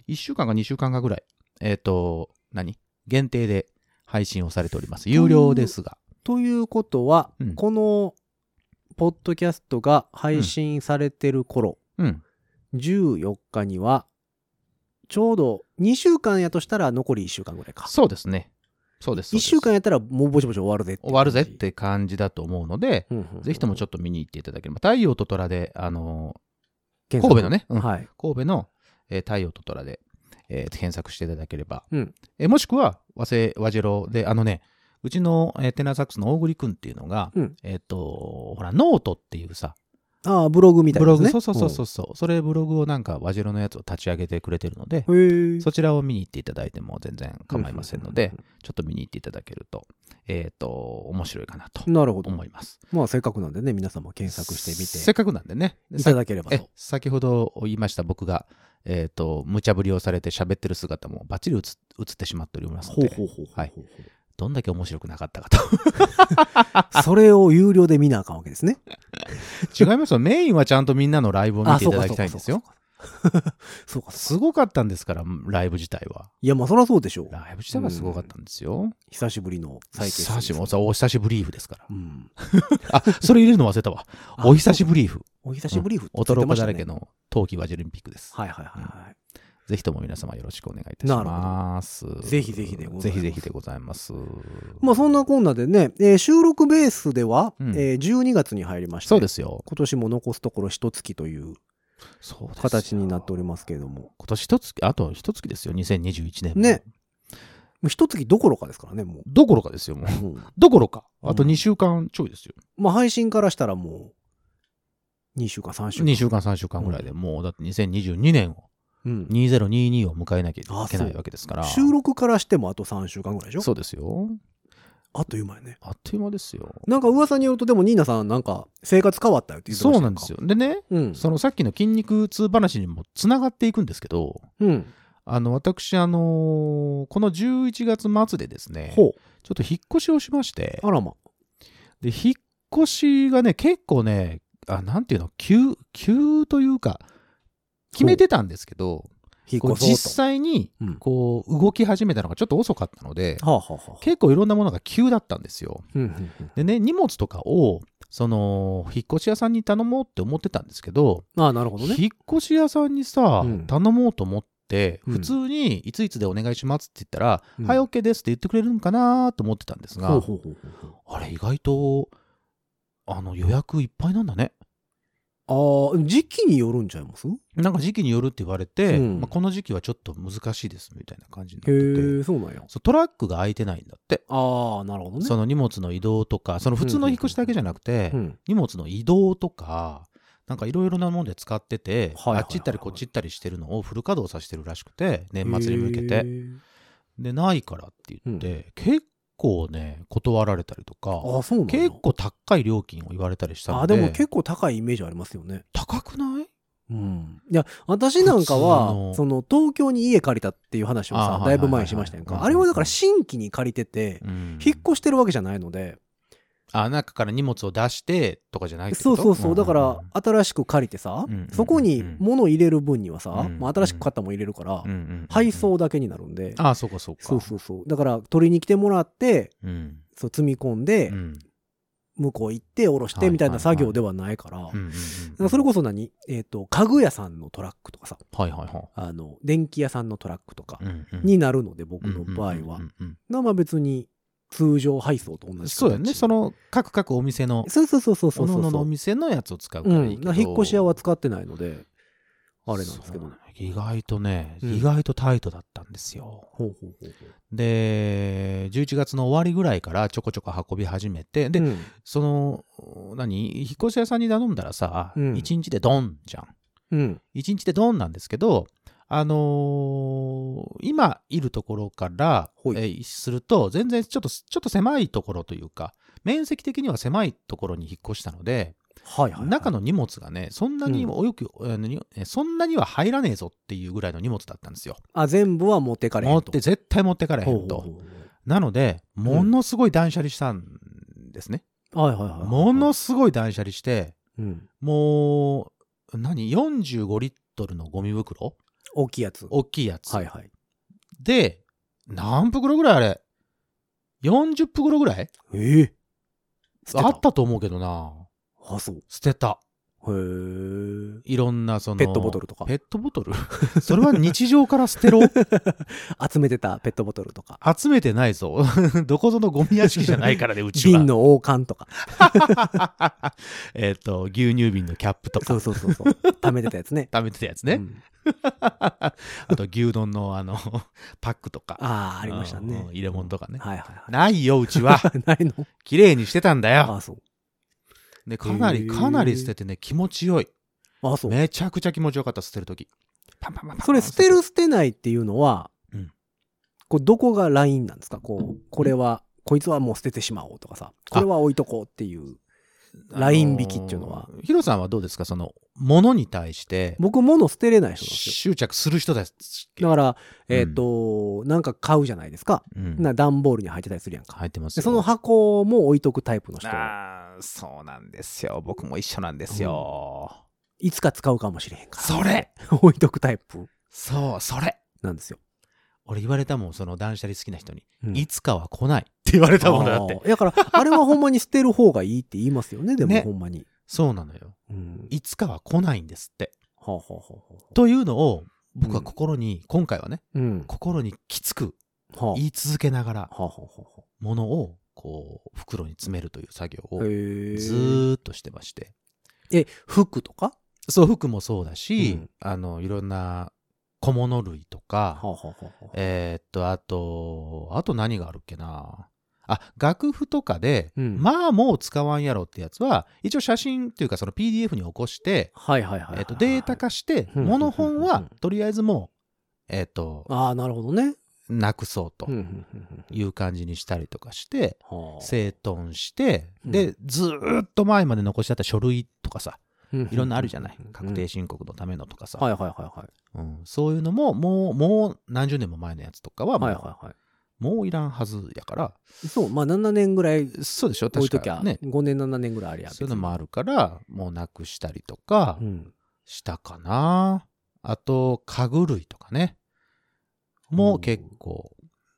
Speaker 3: ?1 週間か2週間かぐらい。えっ、と、何限定で配信をされております。有料ですが。
Speaker 2: ということは、
Speaker 3: うん
Speaker 2: このポッドキャストが配信されてる頃、
Speaker 3: うん。
Speaker 2: 14日にはちょうど2週間やとしたら残り1週間ぐらいか
Speaker 3: そうですね。そうです。そ
Speaker 2: 1
Speaker 3: うです
Speaker 2: 週間やったらもうぼちぼち終わるぜって
Speaker 3: 終わるぜって感じだと思うので、
Speaker 2: うんうんうん
Speaker 3: ぜひともちょっと見に行っていただければ。太陽と虎で、あのー
Speaker 2: 検索
Speaker 3: 神戸のね、うん
Speaker 2: はい
Speaker 3: 神戸の、えー太陽と虎で、えー検索していただければ、
Speaker 2: うん
Speaker 3: えーもしくは和製和ジロであのねうちの、えーテナーサックスの大栗くんっていうのが、
Speaker 2: うん
Speaker 3: えっ、とほらノートっていうさ
Speaker 2: ああブログみたい
Speaker 3: ブ
Speaker 2: な
Speaker 3: ロ
Speaker 2: やつね
Speaker 3: グ、そうそうそうそうそう、それブログをなんか和ジロのやつを立ち上げてくれてるので、
Speaker 2: うんへえ
Speaker 3: そちらを見に行っていただいても全然構いませんので、ちょっと見に行っていただけるとえっ、と面白いかなと
Speaker 2: なるほど
Speaker 3: 思います
Speaker 2: まあせっかくなんでね皆さんも検索して
Speaker 3: せ
Speaker 2: み
Speaker 3: っかくなんでね
Speaker 2: ていただければ
Speaker 3: え
Speaker 2: と
Speaker 3: 先ほど言いました僕が、えっと無茶ぶりをされて喋ってる姿もバッチリ映映ってしまっておりますの
Speaker 2: ほう
Speaker 3: で
Speaker 2: ほうほうほうほう
Speaker 3: はいどんだけ面白くなかったかと
Speaker 2: それを有料で見なあかんわけですね
Speaker 3: [laughs] 違いますよメインはちゃんとみんなのライブを見
Speaker 2: あ
Speaker 3: ていただきたいんです
Speaker 2: そう
Speaker 3: よ
Speaker 2: かそうかそうかそうかそう
Speaker 3: す
Speaker 2: か
Speaker 3: ごかったんですからライブ自体はい
Speaker 2: やまあそりゃそうでしょう
Speaker 3: ライブ自体はすごかったんですよ
Speaker 2: 久しぶりの再結成
Speaker 3: 久しぶりお久しぶりーフですから
Speaker 2: うん
Speaker 3: あそれ入れるの忘れたわ
Speaker 2: あ
Speaker 3: お久しぶりーフ
Speaker 2: お久しぶりふって言
Speaker 3: お
Speaker 2: って
Speaker 3: とろこ
Speaker 2: まし
Speaker 3: だ
Speaker 2: たね
Speaker 3: らけの冬季和ジオリンピックです、
Speaker 2: はいはいはいはい
Speaker 3: ぜひとも皆様よろしくお願いいたし
Speaker 2: なるほど
Speaker 3: ます
Speaker 2: ぜひぜひでございます
Speaker 3: ぜひぜひでございます
Speaker 2: まあそんなこんなでね、えー収録ベースでは、
Speaker 3: うん
Speaker 2: えー12月に入りまして、
Speaker 3: そうですよ
Speaker 2: 今年も残すところ一月という
Speaker 3: そうですよ
Speaker 2: 形になっておりますけれども、
Speaker 3: 今年一月、あと一月ですよ、2021年も。
Speaker 2: ねもう一月どころかですからね、も
Speaker 3: どころかですよ、もう
Speaker 2: う。。うん
Speaker 3: どころか。あと
Speaker 2: うん
Speaker 3: 2週間ちょいですよ。
Speaker 2: まあ配信からしたらもう、2週間、3週間。
Speaker 3: 2週間、3週間ぐらいで、もう、だって2022年を、
Speaker 2: うん
Speaker 3: 2022を迎えなきゃいけな
Speaker 2: あそ
Speaker 3: いうわけですから。
Speaker 2: 収録からしてもあと3週間ぐらいでしょ
Speaker 3: そうですよ。
Speaker 2: あっという間やね。
Speaker 3: あっという間ですよ。
Speaker 2: なんか噂によると、でもニーナさんなんか生活変わったよって言ってま
Speaker 3: そ
Speaker 2: し
Speaker 3: う
Speaker 2: た
Speaker 3: なんですよ。でね、
Speaker 2: うん。
Speaker 3: そのさっきの筋肉痛話にもつながっていくんですけど、
Speaker 2: うん。
Speaker 3: あの、私、あのーこの11月末でですね、ちょ
Speaker 2: ほ
Speaker 3: っと引っ越しをしまして
Speaker 2: う。、あらま。
Speaker 3: で、引っ越しがね、結構ね、あ、なんていうの、急、急というか、決めてたんですけど、
Speaker 2: 引っ
Speaker 3: こう
Speaker 2: 越
Speaker 3: 実
Speaker 2: そう
Speaker 3: 際に、
Speaker 2: と。うん。は
Speaker 3: こう、動き始めたのがちょっと遅かったので、
Speaker 2: あはあはあ。
Speaker 3: 結構いろんなものが急だったんですよ。
Speaker 2: うんうんうん
Speaker 3: でね、荷物とかを、その、引っ越し屋さんに頼もうって思ってたんですけど、
Speaker 2: ああ、なるほどね。
Speaker 3: 引っ越し屋さんにさ、
Speaker 2: うん
Speaker 3: 頼もうと思って、
Speaker 2: うん
Speaker 3: 普通に、いついつでお願いしますって言ったら、
Speaker 2: うん
Speaker 3: はい、OK ですって言ってくれるんかなと思ってたんですが、
Speaker 2: ほうほうほうほうほう
Speaker 3: あれ、意外と、あの、予約いっぱいなんだね。
Speaker 2: ああ、時期によるんちゃいますへ
Speaker 3: なんか時期によるって言われて、
Speaker 2: うん
Speaker 3: まあ、この時期はちょっと難しいですみたいな感じになってて
Speaker 2: え、そうなんや。
Speaker 3: そうトラックが空いてないんだって、
Speaker 2: ああ、なるほどね。
Speaker 3: その荷物の移動とかその普通の引っ越しだけじゃなくて、
Speaker 2: うん。
Speaker 3: 荷物の移動とかなんかいろいろなもんで使ってて、
Speaker 2: はいはいはいはい
Speaker 3: あっち行ったりこっち行ったりしてるのをフル稼働させてるらしくて年
Speaker 2: へ
Speaker 3: 末
Speaker 2: え
Speaker 3: に向けて。でないからって言って、結構ね断られたりとか
Speaker 2: ああ、そうなんや
Speaker 3: 結構高い料金を言われたりした
Speaker 2: あ
Speaker 3: の
Speaker 2: あ、
Speaker 3: で
Speaker 2: でも結構高いイメージありますよね。
Speaker 3: 高くない
Speaker 2: うん。いや、私なんか
Speaker 3: 普通の
Speaker 2: は、その、東京に家借りたっていう話を
Speaker 3: あ
Speaker 2: さ
Speaker 3: ー、
Speaker 2: だいぶ前にしましたやん
Speaker 3: はい
Speaker 2: か。
Speaker 3: はい
Speaker 2: あ
Speaker 3: はい
Speaker 2: れ
Speaker 3: は
Speaker 2: は
Speaker 3: い
Speaker 2: だから新規に借りてて、
Speaker 3: うん
Speaker 2: 引っ越してるわけじゃないので、
Speaker 3: あ中から荷物を出してとかじゃないって
Speaker 2: そ
Speaker 3: こ
Speaker 2: う
Speaker 3: と
Speaker 2: そうそう。だか
Speaker 3: ん
Speaker 2: ら、新しく借りてさ
Speaker 3: うんうんうん、
Speaker 2: そこに物入れる分には
Speaker 3: う
Speaker 2: さ
Speaker 3: ん、
Speaker 2: まあ新しく買ったもん入れるから
Speaker 3: うんう、んうん
Speaker 2: 配送だけになるんで、
Speaker 3: ああそうかそうか
Speaker 2: そうそうそう。だから、取りに来てもらって、
Speaker 3: うん
Speaker 2: そう積み込ん
Speaker 3: う
Speaker 2: で、
Speaker 3: ん
Speaker 2: 向こう行って下ろし
Speaker 3: はい
Speaker 2: てみたいな作業ではないから、
Speaker 3: うんうん
Speaker 2: だからそれこそ何、えっと家具屋さんのトラックとかさ
Speaker 3: そはいはいは
Speaker 2: あの電気屋さんのトラックとか
Speaker 3: いうんうん
Speaker 2: になるので、僕の場合は、
Speaker 3: うんうんうん
Speaker 2: だからまあ別に通常配送と同じ
Speaker 3: うん
Speaker 2: 形
Speaker 3: そうだよねその各各お店の
Speaker 2: そうそうそうそうそ
Speaker 3: お
Speaker 2: う
Speaker 3: の
Speaker 2: そ
Speaker 3: おの
Speaker 2: う
Speaker 3: のお店のやつを使うか
Speaker 2: う
Speaker 3: らいい
Speaker 2: ん、
Speaker 3: けど、
Speaker 2: だから引っ越し屋は使ってないのであれなんですけ
Speaker 3: そ
Speaker 2: ど
Speaker 3: うなんや意外とね、
Speaker 2: うん
Speaker 3: 意外とタイトだったんですよ
Speaker 2: ほうほうほうほう
Speaker 3: で11月の終わりぐらいからちょこちょこ運び始めてで、
Speaker 2: うん
Speaker 3: その何引っ越し屋さんに頼んだらさ、
Speaker 2: うん
Speaker 3: 一1日でドンじゃん
Speaker 2: うん
Speaker 3: 1日でドンなんですけど、あのー今いるところから、え
Speaker 2: ほい
Speaker 3: ーすると、全然ちょっと、ちょっと狭いところというか、面積的には狭いところに引っ越したので、
Speaker 2: はいはい、はい、
Speaker 3: 中の荷物がね、そんなにおよく、あのにえーそんなには入らねえぞっていうぐらいの荷物だったんですよ。
Speaker 2: あ全部は持ってかれへ
Speaker 3: 持
Speaker 2: ん
Speaker 3: っ
Speaker 2: と
Speaker 3: て、絶対持ってかれへ
Speaker 2: ほうんほう
Speaker 3: と。
Speaker 2: ほ
Speaker 3: なので、ものすごい断捨離したんですね。
Speaker 2: うはいはいはいはい
Speaker 3: ものすごい断捨離して、
Speaker 2: うん
Speaker 3: もう、何 ?45 リットルのゴミ袋
Speaker 2: 大きいやつ
Speaker 3: 大きいやつ。
Speaker 2: はいはい
Speaker 3: で、何袋ぐらいあれ ?40 袋ぐらい
Speaker 2: ええ
Speaker 3: あったと思うけどな。
Speaker 2: あそう
Speaker 3: 捨てた。
Speaker 2: へえ
Speaker 3: いろんなその。
Speaker 2: ペットボトルとか
Speaker 3: ペットボトル [laughs] それは日常から捨てろ。
Speaker 2: [laughs] 集めてたペットボトルとか
Speaker 3: 集めてないぞ。 [laughs] どこぞのゴミ屋敷じゃないか
Speaker 2: [laughs]
Speaker 3: らね、うちは。
Speaker 2: 瓶の王冠とか
Speaker 3: [laughs] えっと、牛乳瓶のキャップと
Speaker 2: そ
Speaker 3: か
Speaker 2: う。そうそう
Speaker 3: [laughs]
Speaker 2: そう貯めてたやつね
Speaker 3: 食べてたやつね。
Speaker 2: うん
Speaker 3: あと、牛丼のあの、 [laughs] パックとか。
Speaker 2: ああありました
Speaker 3: うん
Speaker 2: ね
Speaker 3: 入れ物とかね。
Speaker 2: はいはいはい
Speaker 3: ないよ、うちは。
Speaker 2: [laughs] ないの
Speaker 3: 綺麗にしてたんだ
Speaker 2: あ [laughs]
Speaker 3: よ。
Speaker 2: あそう
Speaker 3: で、かな
Speaker 2: へ
Speaker 3: り、
Speaker 2: ー
Speaker 3: かなり捨ててね、気持ちよい。
Speaker 2: ああそう
Speaker 3: めちゃくちゃ気持ちよかった捨てる時パンパンパンパン
Speaker 2: それ捨てる捨てないっていうのは
Speaker 3: うん
Speaker 2: こうどこがラインなんですかこうこれはこいつはもう捨ててしまおうとかさこれは置いとこうっていうライン引きっていうのは
Speaker 3: あヒロさんはどうですかその物に対して
Speaker 2: 僕物捨てれない人なんですよ
Speaker 3: 執着する人だっけ
Speaker 2: だから
Speaker 3: うん
Speaker 2: えっとなんか買うじゃないですか
Speaker 3: うん
Speaker 2: な段ボールに入ってたりするやんか
Speaker 3: 入ってます
Speaker 2: で
Speaker 3: よ
Speaker 2: その箱も置いとくタイプの人
Speaker 3: あーそうなんですよ僕も一緒なんですよ、
Speaker 2: いつか使うかもしれへんから
Speaker 3: それ
Speaker 2: [laughs] 置いとくタイプ
Speaker 3: そうそれ
Speaker 2: なんですよ。
Speaker 3: 俺言われたもんその断捨離好きな人に、
Speaker 2: うん
Speaker 3: いつかは来ないって言われたもんだ
Speaker 2: あ
Speaker 3: っ
Speaker 2: ー
Speaker 3: て
Speaker 2: だから、あれはほんまに捨てる方がいいって言います
Speaker 3: [laughs]
Speaker 2: よね、でも、
Speaker 3: ね
Speaker 2: ほんまに。
Speaker 3: そうなのよ
Speaker 2: うん。
Speaker 3: いつかは来ないんですって
Speaker 2: はあ、はあはあはあ
Speaker 3: というのを僕は心に、今回はね
Speaker 2: うん。
Speaker 3: 心にきつく
Speaker 2: は
Speaker 3: 言い続けながら
Speaker 2: あ、はあ、はあ、は
Speaker 3: ものをこう袋に詰めるという作業
Speaker 2: あ。
Speaker 3: を
Speaker 2: へ
Speaker 3: ず
Speaker 2: ー
Speaker 3: ーっとしてまして、
Speaker 2: え、服とか
Speaker 3: そう服もそうだし、
Speaker 2: うん
Speaker 3: あのいろんな小物類と
Speaker 2: は
Speaker 3: か、
Speaker 2: あ、はあ、はあはあ。
Speaker 3: えーっとあとあと何があるっけなあ楽譜とかで、
Speaker 2: うん
Speaker 3: まあもう使わんやろってやつは一応写真っていうかその PDF に起こして、
Speaker 2: はいはいはいはいはい。
Speaker 3: えーっとデータ化して、
Speaker 2: うん
Speaker 3: モノ本
Speaker 2: う
Speaker 3: は
Speaker 2: ん
Speaker 3: とりあえずもう、えーっと
Speaker 2: ああ、なるほどね。
Speaker 3: なくそうと
Speaker 2: うんうんうんうん
Speaker 3: いう感じにしたりとかして、
Speaker 2: はあ
Speaker 3: 整頓して、
Speaker 2: うん
Speaker 3: で、ずーっと前まで残してあった書類とかさ、
Speaker 2: うん
Speaker 3: いろんなあるじゃない。確定
Speaker 2: し
Speaker 3: 申告のためのとかさ、
Speaker 2: はいはいはいはい。
Speaker 3: うんそういうのも、もう、もう何十年も前のやつとかはもう、
Speaker 2: はいはいは
Speaker 3: もういらんはずやから、
Speaker 2: い。そう、まあ7年ぐらい
Speaker 3: そうでしょ、
Speaker 2: 置いと
Speaker 3: 確
Speaker 2: きゃ、
Speaker 3: かね。
Speaker 2: 5年7年ぐらいありや
Speaker 3: そういうのもあるから、もうなくしたりとか
Speaker 2: 別にうん。
Speaker 3: したかな。あと、家具類とかね。もう結構。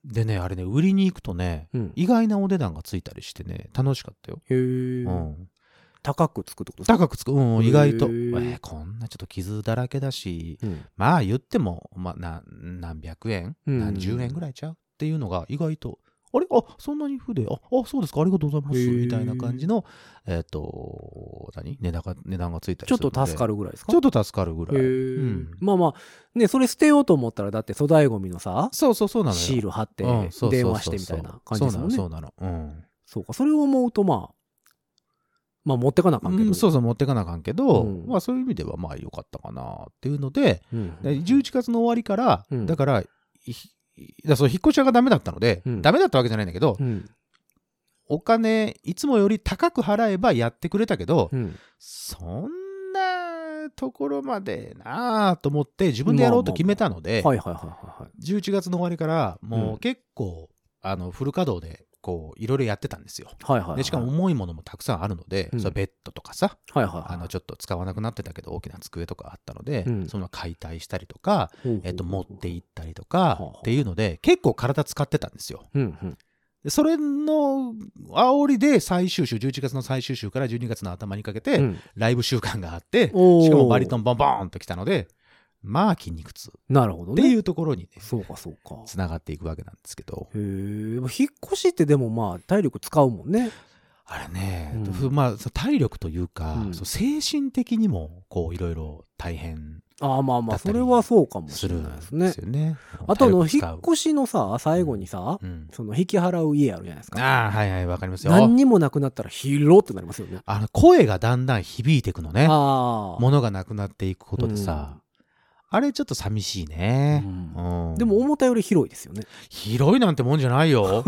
Speaker 3: でね、あれね、売りに行くとね、
Speaker 2: うん。
Speaker 3: 意外なお値段がついたりしてね、楽しかったよ。
Speaker 2: へ
Speaker 3: う
Speaker 2: ー
Speaker 3: ん。
Speaker 2: 高くつくってことですか
Speaker 3: 高くつく、うん、意外と、え
Speaker 2: へー
Speaker 3: ーこんなちょっと傷だらけだし
Speaker 2: うん。
Speaker 3: まあ言っても、まあ、な何百円、
Speaker 2: うん
Speaker 3: 何十円ぐらいちゃうっていうのが意外とあれあ、そんなに筆、あ、あ、そうですか、ありがとうございます。
Speaker 2: へー
Speaker 3: みたいな感じの、えっ、と、何値段が、値段がついたり
Speaker 2: ちょっと助か
Speaker 3: る
Speaker 2: るぐらいです
Speaker 3: ので。
Speaker 2: か
Speaker 3: ちょっと助かるぐらい。
Speaker 2: へ
Speaker 3: う
Speaker 2: ー
Speaker 3: ん、
Speaker 2: まあまあねそれ捨てようと思ったらだって粗大ごみのさ
Speaker 3: そうそうそうなのよ。
Speaker 2: シール貼って
Speaker 3: うんそうそうそうそう
Speaker 2: 電話してみたいな感じですもんね
Speaker 3: そうなの、そうなの。うん。
Speaker 2: そうかそれを思うとまあまあ持ってかなあかんけ
Speaker 3: う
Speaker 2: ど
Speaker 3: ん、そうそう持ってかなあかんけど、
Speaker 2: うん
Speaker 3: まあそういう意味ではまあ良かったかなっていうので
Speaker 2: うん
Speaker 3: で11月の終わりから、
Speaker 2: うん
Speaker 3: だからひだそう引っ越し屋がダメだったので、
Speaker 2: うん
Speaker 3: ダメだったわけじゃないんだけど、
Speaker 2: うん
Speaker 3: お金いつもより高く払えばやってくれたけど、
Speaker 2: うん
Speaker 3: そんなところまでなあと思って自分でやろうと決めたので、
Speaker 2: はいはいはいはいはい
Speaker 3: 11月の終わりからも
Speaker 2: う
Speaker 3: うん結構、あのフル稼働でこういろいろやってたんですよ。
Speaker 2: はいはいはい
Speaker 3: でしかも重いものもたくさんあるので、
Speaker 2: うん
Speaker 3: それベッドとかさ、
Speaker 2: はいはいはい
Speaker 3: あのちょっと使わなくなってたけど大きな机とかあったので、
Speaker 2: うん
Speaker 3: その解体したりとか、
Speaker 2: ほうほう
Speaker 3: えっと持って行ったりと
Speaker 2: ほう
Speaker 3: か
Speaker 2: ほう
Speaker 3: っていうので結構体使ってたんですよ。
Speaker 2: うんうん
Speaker 3: でそれの煽りで最終週11月の最終週から12月の頭にかけて、
Speaker 2: うん
Speaker 3: ライブ週間があってしか
Speaker 2: おー
Speaker 3: もバリトンボンボーンときたのでまあ筋肉痛
Speaker 2: なるほど
Speaker 3: って
Speaker 2: ね
Speaker 3: いうところにね
Speaker 2: そうかそうか
Speaker 3: つながっていくわけなんですけど
Speaker 2: へえ引っ越しってでもまあ体力使うもんね
Speaker 3: あれね、
Speaker 2: うん
Speaker 3: ふまあその体力というか、
Speaker 2: うん
Speaker 3: そう精神的にもこういろいろ大変
Speaker 2: ああまあま
Speaker 3: だ
Speaker 2: あ
Speaker 3: った
Speaker 2: そ
Speaker 3: り
Speaker 2: れはそうかも
Speaker 3: す
Speaker 2: し
Speaker 3: る
Speaker 2: れ
Speaker 3: ん
Speaker 2: ない
Speaker 3: で
Speaker 2: です
Speaker 3: す
Speaker 2: ね
Speaker 3: よね。
Speaker 2: あとあの
Speaker 3: 体
Speaker 2: 引
Speaker 3: 力使う
Speaker 2: っ越しのさ最後にさ
Speaker 3: うん
Speaker 2: その引き払う家あるじゃないですか
Speaker 3: ああはいはいわかりますよ。
Speaker 2: 何にもなくなったら広ってなりますよね
Speaker 3: あの声がだんだん響いていくのね。
Speaker 2: ああ
Speaker 3: ものがなくなっていくことでさ、あれちょっと寂しいね。
Speaker 2: うん
Speaker 3: うん
Speaker 2: でも思ったより広いですよね
Speaker 3: 広いなんてもんじゃな
Speaker 2: [laughs]
Speaker 3: いよ。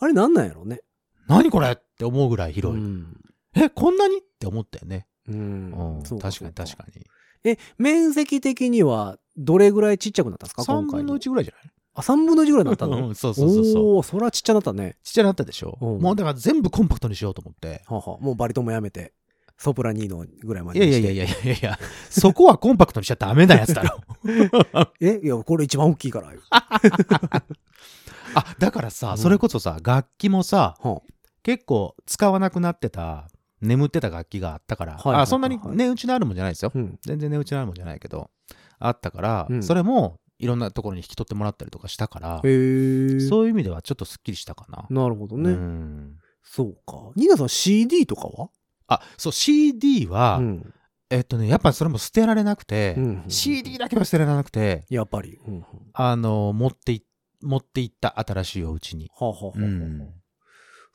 Speaker 2: あれなんなんやろうね
Speaker 3: 何これって思うぐらい広い。
Speaker 2: うん
Speaker 3: えこんなにって思ったよね。
Speaker 2: うん
Speaker 3: うん
Speaker 2: そう
Speaker 3: 確かに
Speaker 2: そう
Speaker 3: 確かに。
Speaker 2: え面積的にはどれぐらいちっちゃくなったんですか
Speaker 3: 3
Speaker 2: 今回
Speaker 3: 分の
Speaker 2: の
Speaker 3: 1ぐらいじゃない
Speaker 2: あ3分の1ぐらいに [laughs] なった
Speaker 3: う
Speaker 2: の
Speaker 3: んそうそうそうそう。
Speaker 2: おおーそらちっちゃなったね
Speaker 3: ちっちゃなったでしょ、
Speaker 2: うん
Speaker 3: もうだから全部コンパクトにしようと思って。
Speaker 2: はあはあもうバリトンもやめてソプラニーノぐらいま
Speaker 3: い
Speaker 2: でに
Speaker 3: やい
Speaker 2: し
Speaker 3: や
Speaker 2: て
Speaker 3: いやいやいやいや、そこはコンパクトにしちゃダメなやつ
Speaker 2: [laughs]
Speaker 3: だろ。
Speaker 2: えいやこれ一番大きいからよ
Speaker 3: あ、だからさ、
Speaker 2: うん
Speaker 3: それこそさ、楽器もさ、
Speaker 2: は
Speaker 3: 結構使わなくなってた、眠ってた楽器があったから、
Speaker 2: はいはいはいはい
Speaker 3: あそんなに値打ちのあるもんじゃないですよ
Speaker 2: あ。うん
Speaker 3: 全然値打ちのあるもんじゃないけど、あったから、
Speaker 2: うん
Speaker 3: それもいろんなところに引き取ってもらったりとかしたから、
Speaker 2: へえ
Speaker 3: そういう意味ではちょっとすっきりしたかな。
Speaker 2: なるほど
Speaker 3: う
Speaker 2: ね
Speaker 3: ん
Speaker 2: そうかニーナさん CD とかは
Speaker 3: あ、そう、CD は、
Speaker 2: うん
Speaker 3: えっとね、やっぱそれも捨てられなくて、
Speaker 2: うんうんうん
Speaker 3: CD だけは捨てられなくて、
Speaker 2: やっぱりうんうんは
Speaker 3: あの、持ってい、持っていった新しいお家に。
Speaker 2: あはあはあはあ
Speaker 3: うん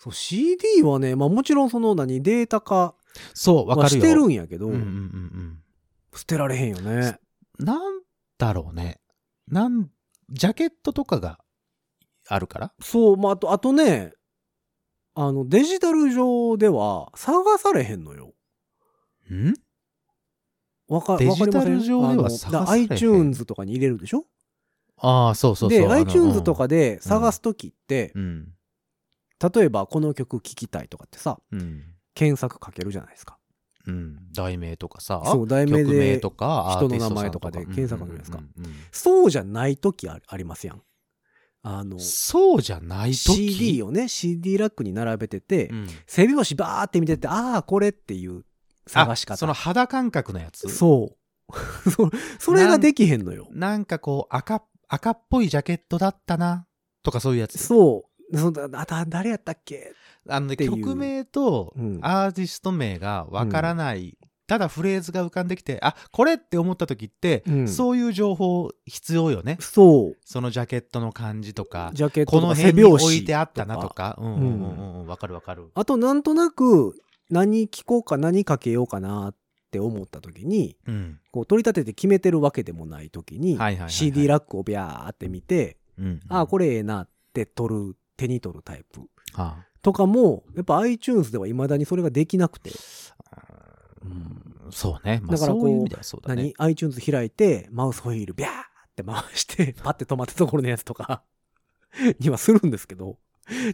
Speaker 2: そう CD はねまあもちろんその何データ化
Speaker 3: そう、わか
Speaker 2: は
Speaker 3: る
Speaker 2: し
Speaker 3: よ。
Speaker 2: てるんやけど
Speaker 3: うんうんうん
Speaker 2: 捨てられへんよね
Speaker 3: うん。なんだろうね。なん、ジャケットとかがあるから。
Speaker 2: そうまああとあとねあのデジタル上では探されへんのよ
Speaker 3: ん
Speaker 2: わかわか
Speaker 3: デ
Speaker 2: りま
Speaker 3: ジ
Speaker 2: せん
Speaker 3: タル上では
Speaker 2: あの
Speaker 3: 探されへん
Speaker 2: だ iTunes とかに入れるでしょ
Speaker 3: ああ、そうそうそう。
Speaker 2: で
Speaker 3: あの
Speaker 2: iTunes とか、で探す時って、
Speaker 3: うん。
Speaker 2: 例えばこの曲聴きたいとかってさ
Speaker 3: うん。
Speaker 2: 検索かけるじゃないですか
Speaker 3: うん。題名とかさ。
Speaker 2: そう題名
Speaker 3: 曲名
Speaker 2: で
Speaker 3: とか、
Speaker 2: 人の名前とかで
Speaker 3: アーティ
Speaker 2: 検
Speaker 3: ストさ
Speaker 2: 索
Speaker 3: ん
Speaker 2: かけるんですか
Speaker 3: うんうんうん
Speaker 2: そうじゃない時あありますやんあの
Speaker 3: そうじゃないと
Speaker 2: CD をね CD ラックに並べてて、
Speaker 3: うん
Speaker 2: 背拍子バーって見ててああこれっていう探し
Speaker 3: あ
Speaker 2: 方
Speaker 3: その肌感覚のやつ。
Speaker 2: そう [laughs] そそれができへんのよ
Speaker 3: なんかこう赤、赤っぽいジャケットだったな、とかそういうやつ。
Speaker 2: そうそのだだ誰やったっけ
Speaker 3: あのね、
Speaker 2: ていう
Speaker 3: 曲名と
Speaker 2: うん
Speaker 3: アーティスト名がわからない、ただフレーズが浮かんできて、あ、これって思った時って、
Speaker 2: うん
Speaker 3: そういう情報必要よね。
Speaker 2: そう
Speaker 3: そのジャケットの感じとか、
Speaker 2: ジャケット
Speaker 3: ことの
Speaker 2: か背
Speaker 3: 辺
Speaker 2: 拍
Speaker 3: に
Speaker 2: 子
Speaker 3: 置いてあったなとか、うんうんうんうんうん、わかるわかる。
Speaker 2: あとなんとなく何聞こうか何かけようかなって思った時に
Speaker 3: うん。
Speaker 2: こう取り立てて決めてるわけでもない時に
Speaker 3: はいはいはいはい
Speaker 2: CD ラックをビャーって見て
Speaker 3: うん、
Speaker 2: ああこ
Speaker 3: れ。
Speaker 2: れええなって取る手に取るタイプ
Speaker 3: あ
Speaker 2: とかもやっぱ iTunes ではいまだにそれができなくて
Speaker 3: うんそうね。まあ、
Speaker 2: だから
Speaker 3: そ
Speaker 2: こう
Speaker 3: ういう意味ではそうだね。
Speaker 2: 何 iTunes 開いてマウスホイールビャーって回して
Speaker 3: [laughs]
Speaker 2: パッて止まったところのやつとか [laughs] にはするんですけど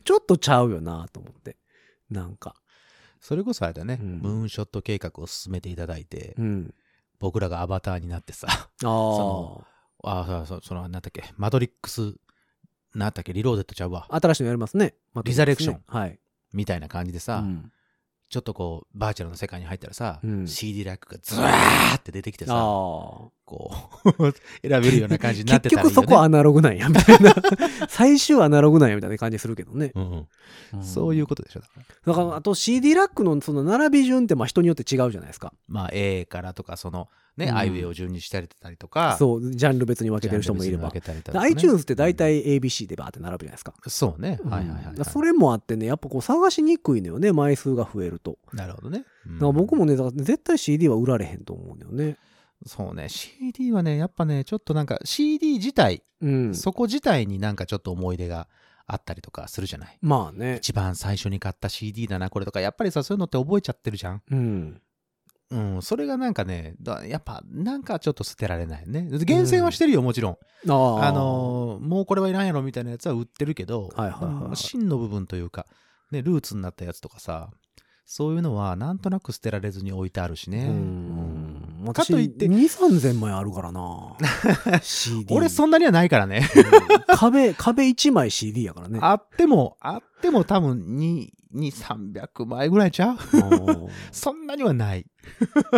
Speaker 2: ちょっとちゃうよなと思ってなんか
Speaker 3: それこそあれだね、
Speaker 2: うん
Speaker 3: ムーンショット計画を進めていただいて、
Speaker 2: うん
Speaker 3: 僕らがアバターになってさ。 [laughs]
Speaker 2: あ
Speaker 3: の
Speaker 2: あ
Speaker 3: ああ、そうそうその、なんだっけ、マトリックス、なんだっけ、リローデットちゃうわ、
Speaker 2: 新しいのやりますね。まあ
Speaker 3: リザレクション
Speaker 2: はい。
Speaker 3: みたいな感じでさ、
Speaker 2: うん
Speaker 3: ちょっとこう、バーチャルの世界に入ったらさ、
Speaker 2: うん
Speaker 3: CD ラックがズワーって出てきて
Speaker 2: あ
Speaker 3: さ、
Speaker 2: あ。
Speaker 3: こう [laughs] 選べるような感じになっ
Speaker 2: 結
Speaker 3: てたら
Speaker 2: 局
Speaker 3: いいよ、ね、
Speaker 2: そこアナログなんや、みたいな。最終アナログなんや、みたいな感じするけどね。
Speaker 3: うんそういうことでしょだから
Speaker 2: だから、あと CD ラックのその並び順ってまあ人によって違うじゃないですか。
Speaker 3: まあ A からとかそのね、
Speaker 2: うん
Speaker 3: アイウェイを順にしたりとか
Speaker 2: そう、ジャンル別に分けてる人もいれば。
Speaker 3: ジャンル別に分けたり
Speaker 2: で
Speaker 3: とかね
Speaker 2: iTunes って大体 ABC でバーって並ぶじゃないですか。
Speaker 3: そうね、はいはいは
Speaker 2: うん
Speaker 3: い、
Speaker 2: だからそれもあってね、やっぱこう探しにくいのよね、枚数が増えると。
Speaker 3: なるほどね、
Speaker 2: だから僕も
Speaker 3: も
Speaker 2: ね、だから絶対 CD は売られへんと思うのよね。
Speaker 3: そうね CD はねやっぱねちょっとなんか CD 自体、
Speaker 2: うん。
Speaker 3: そこ自体になんかちょっと思い出があったりとかするじゃない
Speaker 2: まあね。
Speaker 3: 一番最初に買った CD だなこれとかやっぱりさそういうのって覚えちゃってるじゃん
Speaker 2: うん。
Speaker 3: うんそれがなんかねだやっぱなんかちょっと捨てられないよね厳選はしてるよもちろん、
Speaker 2: ああ
Speaker 3: あのーもうこれはいらんやろみたいなやつは売ってるけど、
Speaker 2: はいはいはいはい
Speaker 3: でも芯の部分というか、ね、ルーツになったやつとかさそういうのはなんとなく捨てられずに置いてあるしね
Speaker 2: う
Speaker 3: うん
Speaker 2: ん。
Speaker 3: かといって
Speaker 2: 2、3000枚あるから
Speaker 3: [laughs]
Speaker 2: な。CD。
Speaker 3: 俺そんなにはないからね
Speaker 2: うん壁、壁1枚 CD やからね。
Speaker 3: あってもあっても多分2300枚ぐらいちゃう
Speaker 2: うん
Speaker 3: そんなにはない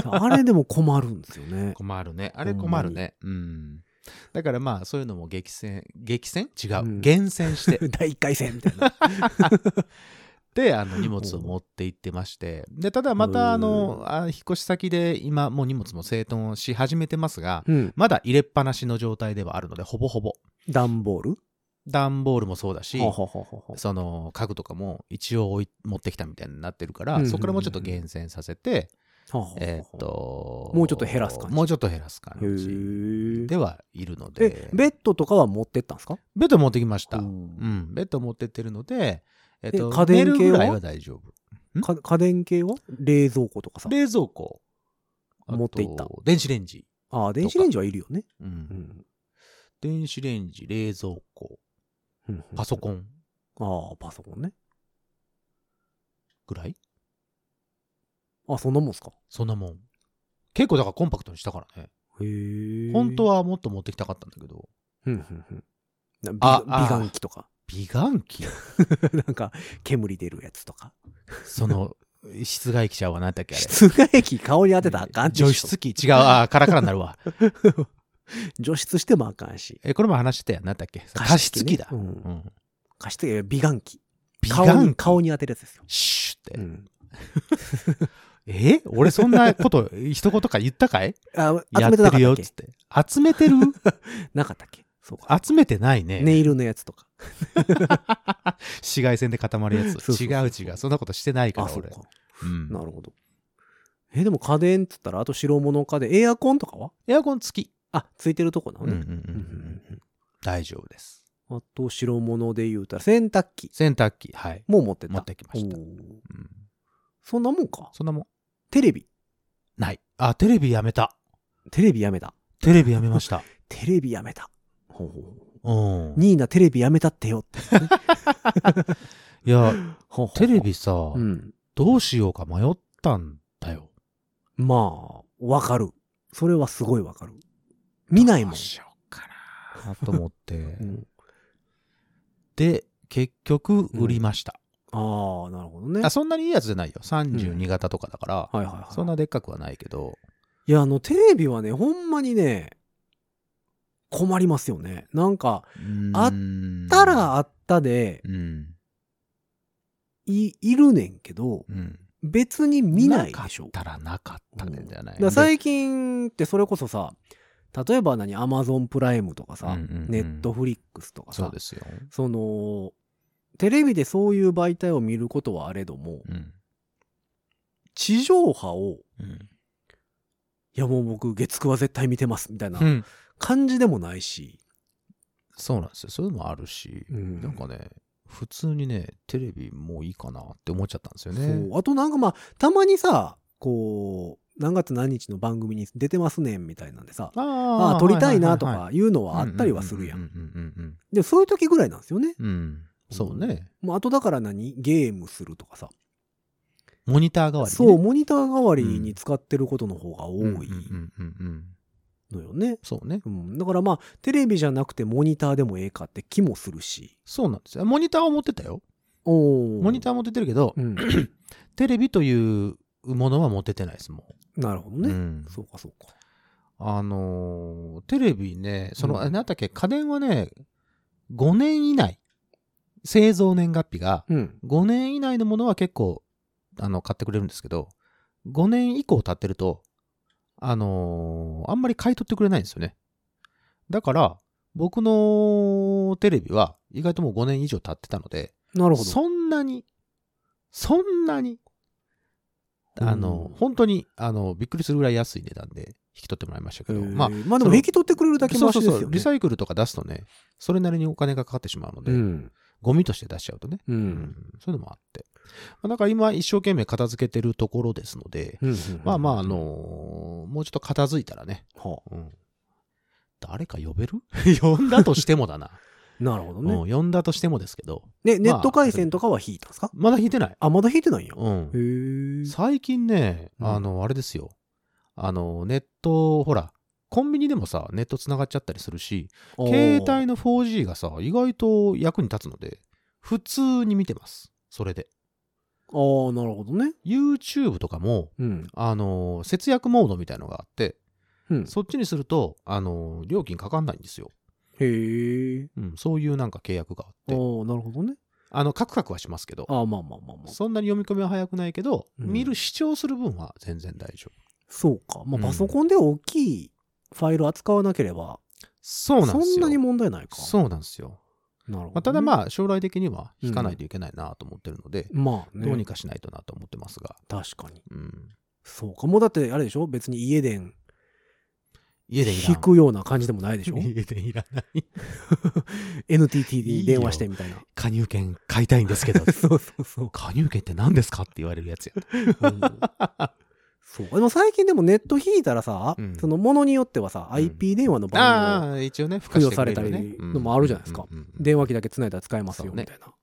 Speaker 2: あれでも困るんですよね。
Speaker 3: 困るねあれ困るねうんだからまあそういうのも激戦激戦違う、
Speaker 2: うん
Speaker 3: 厳選して
Speaker 2: [laughs] 第1回戦みたいな。
Speaker 3: で
Speaker 2: [laughs]
Speaker 3: あの荷物を持って行ってましてでただまたあのあ引っ越し先で今もう荷物も整頓をし始めてますが
Speaker 2: うん。
Speaker 3: まだ入れっぱなしの状態ではあるのでほぼほぼ
Speaker 2: 段ボール
Speaker 3: 段ボールもそうだし
Speaker 2: ほうほうほうほうほう
Speaker 3: その家具とかも一応置い持ってきたみたいになってるから、
Speaker 2: うんうんうん
Speaker 3: そこからもうちょっと厳選させて、
Speaker 2: ほうほうほう
Speaker 3: えーっと
Speaker 2: もうちょっと減らす感じ
Speaker 3: もうちょっと減らす感
Speaker 2: へ
Speaker 3: じ
Speaker 2: ー
Speaker 3: ではいるので
Speaker 2: え、ベッドとかは持ってったんですか
Speaker 3: ベッド持ってきました、
Speaker 2: う
Speaker 3: うんん、ベッド持ってってるので、えっと
Speaker 2: え家電系は
Speaker 3: 寝るぐらいは大丈夫ん
Speaker 2: か家電系は冷蔵庫とかさ。
Speaker 3: 冷蔵庫あと
Speaker 2: 持っていった
Speaker 3: 電子レンジ、
Speaker 2: ああ、電子レンジはいるよね。
Speaker 3: うん
Speaker 2: うん。
Speaker 3: 電子レンジ冷蔵庫
Speaker 2: うん
Speaker 3: パソコン
Speaker 2: ああ、パソコンね。
Speaker 3: ぐらい
Speaker 2: あ、そんなもんすか
Speaker 3: そんなもん結構だからコンパクトにしたからね
Speaker 2: へえ。
Speaker 3: 本当はもっと持ってきたかったんだけど
Speaker 2: うんうんうんな美
Speaker 3: ああ
Speaker 2: 美顔器とか。 [laughs]
Speaker 3: 美顔器
Speaker 2: なんか、煙出るやつとか。
Speaker 3: その室外機ちゃうわ何だっけあれ
Speaker 2: 室外機顔に当てたらあかんでしょ
Speaker 3: 除湿機違うあーカラカラになるわ [laughs]
Speaker 2: 除湿してもあかんし。
Speaker 3: えこれも話してたやん何だっけ加湿器
Speaker 2: ね
Speaker 3: だ、
Speaker 2: う。
Speaker 3: うんん、
Speaker 2: 加湿器いや、美顔器。
Speaker 3: 美
Speaker 2: 顔
Speaker 3: 顔
Speaker 2: に
Speaker 3: 器
Speaker 2: 顔に当てるやつですよ。
Speaker 3: シュって、
Speaker 2: うん。
Speaker 3: え俺そんなこと一言か言ったかい
Speaker 2: あ、
Speaker 3: や
Speaker 2: [laughs] 集
Speaker 3: っ
Speaker 2: めてなか
Speaker 3: てる
Speaker 2: った
Speaker 3: よ
Speaker 2: っ
Speaker 3: っ
Speaker 2: け
Speaker 3: つって集めてる
Speaker 2: なかったっけそうか。
Speaker 3: 集めてないね
Speaker 2: ネイルのやつとか。
Speaker 3: [laughs] 紫外線で固まるやつ
Speaker 2: そうそうそう
Speaker 3: 違う違うそんなことしてないから
Speaker 2: あ、そう
Speaker 3: 俺
Speaker 2: か。
Speaker 3: うん
Speaker 2: なるほど。え、でも家電っつったら、あと白物家電、エアコンとかは
Speaker 3: エアコン付き、
Speaker 2: あ、ついてるとこなの
Speaker 3: うんうんう
Speaker 2: ね。
Speaker 3: んう
Speaker 2: うんん
Speaker 3: 大丈夫です
Speaker 2: うんあと白物で言うたら、洗濯機
Speaker 3: 洗濯機はい
Speaker 2: も持ってた。
Speaker 3: 持ってきました
Speaker 2: おー
Speaker 3: うん
Speaker 2: そんなもんか。
Speaker 3: そんなもん
Speaker 2: テレビ。
Speaker 3: ないあテレビやめた
Speaker 2: テレビやめた。
Speaker 3: テレビやめました
Speaker 2: [laughs] テレビやめた。ほうほうほう
Speaker 3: うん
Speaker 2: ニーナテレビやめたってよって。[laughs]
Speaker 3: いや
Speaker 2: ほうほうほう
Speaker 3: テレビさ
Speaker 2: うん。
Speaker 3: どうしようか迷ったんだよ
Speaker 2: まあ、わかる。それはすごいわかる。見ないもん
Speaker 3: どう。しようかなと思って
Speaker 2: [laughs] うん
Speaker 3: で結局売りました、
Speaker 2: ああ、なるほどね。
Speaker 3: あそんなにいいやつじゃないよ32型とかだから、
Speaker 2: はいはいはい。
Speaker 3: そんなでっかくはないけど
Speaker 2: いや、あの、テレビはね、ほんまにね、困りますよね。なんか、あったたらあったで、
Speaker 3: うん
Speaker 2: い、いるねんけど、
Speaker 3: うん
Speaker 2: 別に見ない
Speaker 3: か
Speaker 2: で
Speaker 3: っ
Speaker 2: しょ。
Speaker 3: たらなかったねじゃない、
Speaker 2: だから最近ってそれこそさ、例えば何、アマゾンプライムとかさ、
Speaker 3: うんうんうん
Speaker 2: ネットフリックスとか
Speaker 3: そう
Speaker 2: さ
Speaker 3: で、すよ、
Speaker 2: その、テレビでそういう媒体を見ることはあれども、
Speaker 3: うん
Speaker 2: 地上波を、
Speaker 3: うん
Speaker 2: いやもう僕月9は絶対見てますみたいな
Speaker 3: うん、
Speaker 2: 感じでもないし、
Speaker 3: そうなんですよそういうのもあるし、
Speaker 2: うん
Speaker 3: なんかね普通にねテレビもういいかなって思っちゃったんですよね
Speaker 2: そう。あとなんかまあ、たまにさ、こう、何月何日の番組に出てますねんみたいなんでさ、あ
Speaker 3: あ
Speaker 2: あ、撮りたいなと
Speaker 3: は
Speaker 2: かいうの
Speaker 3: い
Speaker 2: は
Speaker 3: は
Speaker 2: あ
Speaker 3: いはい
Speaker 2: ったりはするや。
Speaker 3: うんんうん
Speaker 2: で、そういう時ぐらいなんですよね。
Speaker 3: うんうんうんうんそうね
Speaker 2: もうあとだから何ゲームするとかさ。
Speaker 3: モニター代わり
Speaker 2: そう、
Speaker 3: ね
Speaker 2: モニター代わりに使ってることの方が多
Speaker 3: うんうん
Speaker 2: い
Speaker 3: うんうんうん
Speaker 2: のよね。
Speaker 3: そうね
Speaker 2: うん、だからまあ、テレビじゃなくてモニターでもええかって気もするし。
Speaker 3: そうなんですよモニターを持ってたよ
Speaker 2: お
Speaker 3: モニ
Speaker 2: ー。
Speaker 3: ター持ってってるけど、 [clears throat]
Speaker 2: うん。
Speaker 3: テレビというものは持ってってないですも
Speaker 2: なるほど
Speaker 3: ん、
Speaker 2: ね。
Speaker 3: うん
Speaker 2: そうかそうか。
Speaker 3: あのーテレビね、その、
Speaker 2: うん
Speaker 3: あなんだっけ、家電はね、5年以内、製造年月日が、
Speaker 2: うん。
Speaker 3: 5年以内のものは結構、あの、買ってくれるんですけど、5年以降経ってると、あのーあんまり買い取ってくれないんですよね。だから、僕のテレビは意外ともう5年以上経ってたので、
Speaker 2: なるほど。
Speaker 3: そんなに、そんなに、あの、
Speaker 2: うん
Speaker 3: 本当に、あの、びっくりするぐらい安い値段で引き取ってもらいましたけど、
Speaker 2: えー
Speaker 3: まあ、
Speaker 2: まあでも、引き取ってくれるだけ
Speaker 3: そう
Speaker 2: マシ
Speaker 3: そう
Speaker 2: ですよ
Speaker 3: そ
Speaker 2: ね。
Speaker 3: う、リサイクルとか出すとね、それなりにお金がかかってしまうので、
Speaker 2: うん。
Speaker 3: ゴミとして出しちゃうとね、
Speaker 2: う。
Speaker 3: うんそういうのもあって。まあ、だから今、一生懸命片付けてるところですので、
Speaker 2: うん
Speaker 3: まあまあ、あ
Speaker 2: の、
Speaker 3: のーもうちょっと片付いたらね、
Speaker 2: は
Speaker 3: うん誰か呼べる [laughs] 呼んだとしても
Speaker 2: [laughs]
Speaker 3: だな、
Speaker 2: あなるほど
Speaker 3: う
Speaker 2: ね。
Speaker 3: ん。呼んだとしてもですけど、
Speaker 2: ね、ネ
Speaker 3: まあ
Speaker 2: ット回線とかは引いたんですか
Speaker 3: まだ引いてない。
Speaker 2: あ、まだ引いてないんや。
Speaker 3: うん
Speaker 2: へ。え。
Speaker 3: 最近ね、
Speaker 2: うん
Speaker 3: あの、あれですよ。あの、ネット、ほら、コンビニでもさ、ネットつながっちゃったりするし、携帯の 4G がさ、意外と役に立つので、普通に見てます。それで。
Speaker 2: あーあー、なるほどね。
Speaker 3: YouTube とかも、
Speaker 2: うん。
Speaker 3: あの、節約モードみたいのがあって、
Speaker 2: うん。
Speaker 3: そっちにすると、あの、料金かかんないんですよ。
Speaker 2: へえ。
Speaker 3: うん、そういうなんか契約があっ
Speaker 2: ああ
Speaker 3: て、
Speaker 2: ー、なるほどね。
Speaker 3: あの、カクカクはしますけど、
Speaker 2: ああ、まあまあまあまあ。
Speaker 3: そんなに読み込みは早くないけど、
Speaker 2: うん
Speaker 3: 見る、視聴する分は全然大丈夫。
Speaker 2: そうか。ま
Speaker 3: うん
Speaker 2: あパソコンで大きいファイル扱わなければ、
Speaker 3: そうなん
Speaker 2: そ
Speaker 3: ですよ。
Speaker 2: んなに問題ないか。
Speaker 3: そうなんですよ。
Speaker 2: なるほどね。
Speaker 3: まあ、ただまあ将来的には引かないといけないなと思ってるので、
Speaker 2: まあね、
Speaker 3: どうにかしないとなと思ってますが、
Speaker 2: 確かに。
Speaker 3: うん、
Speaker 2: そうか。もうだってあれでしょ別に家電
Speaker 3: 家でいら
Speaker 2: 引
Speaker 3: ん
Speaker 2: くような感じでもないでしょ
Speaker 3: [laughs] 家でいらない
Speaker 2: ?NTT に電話してみたいな。
Speaker 3: 加入券買いたいんです [laughs] けど
Speaker 2: [laughs] そうそうそう。
Speaker 3: 加入券って何ですかって言われるやつや、
Speaker 2: うんそう。でも最近でもネット引いたらさ、
Speaker 3: うん
Speaker 2: そのものによってはさ、
Speaker 3: ん
Speaker 2: IP 電話の番号を
Speaker 3: ああ一応ね付
Speaker 2: 付与されたりのもあるじゃないですか。電話機だけ繋いだら使えますよ
Speaker 3: そうね
Speaker 2: みたいな。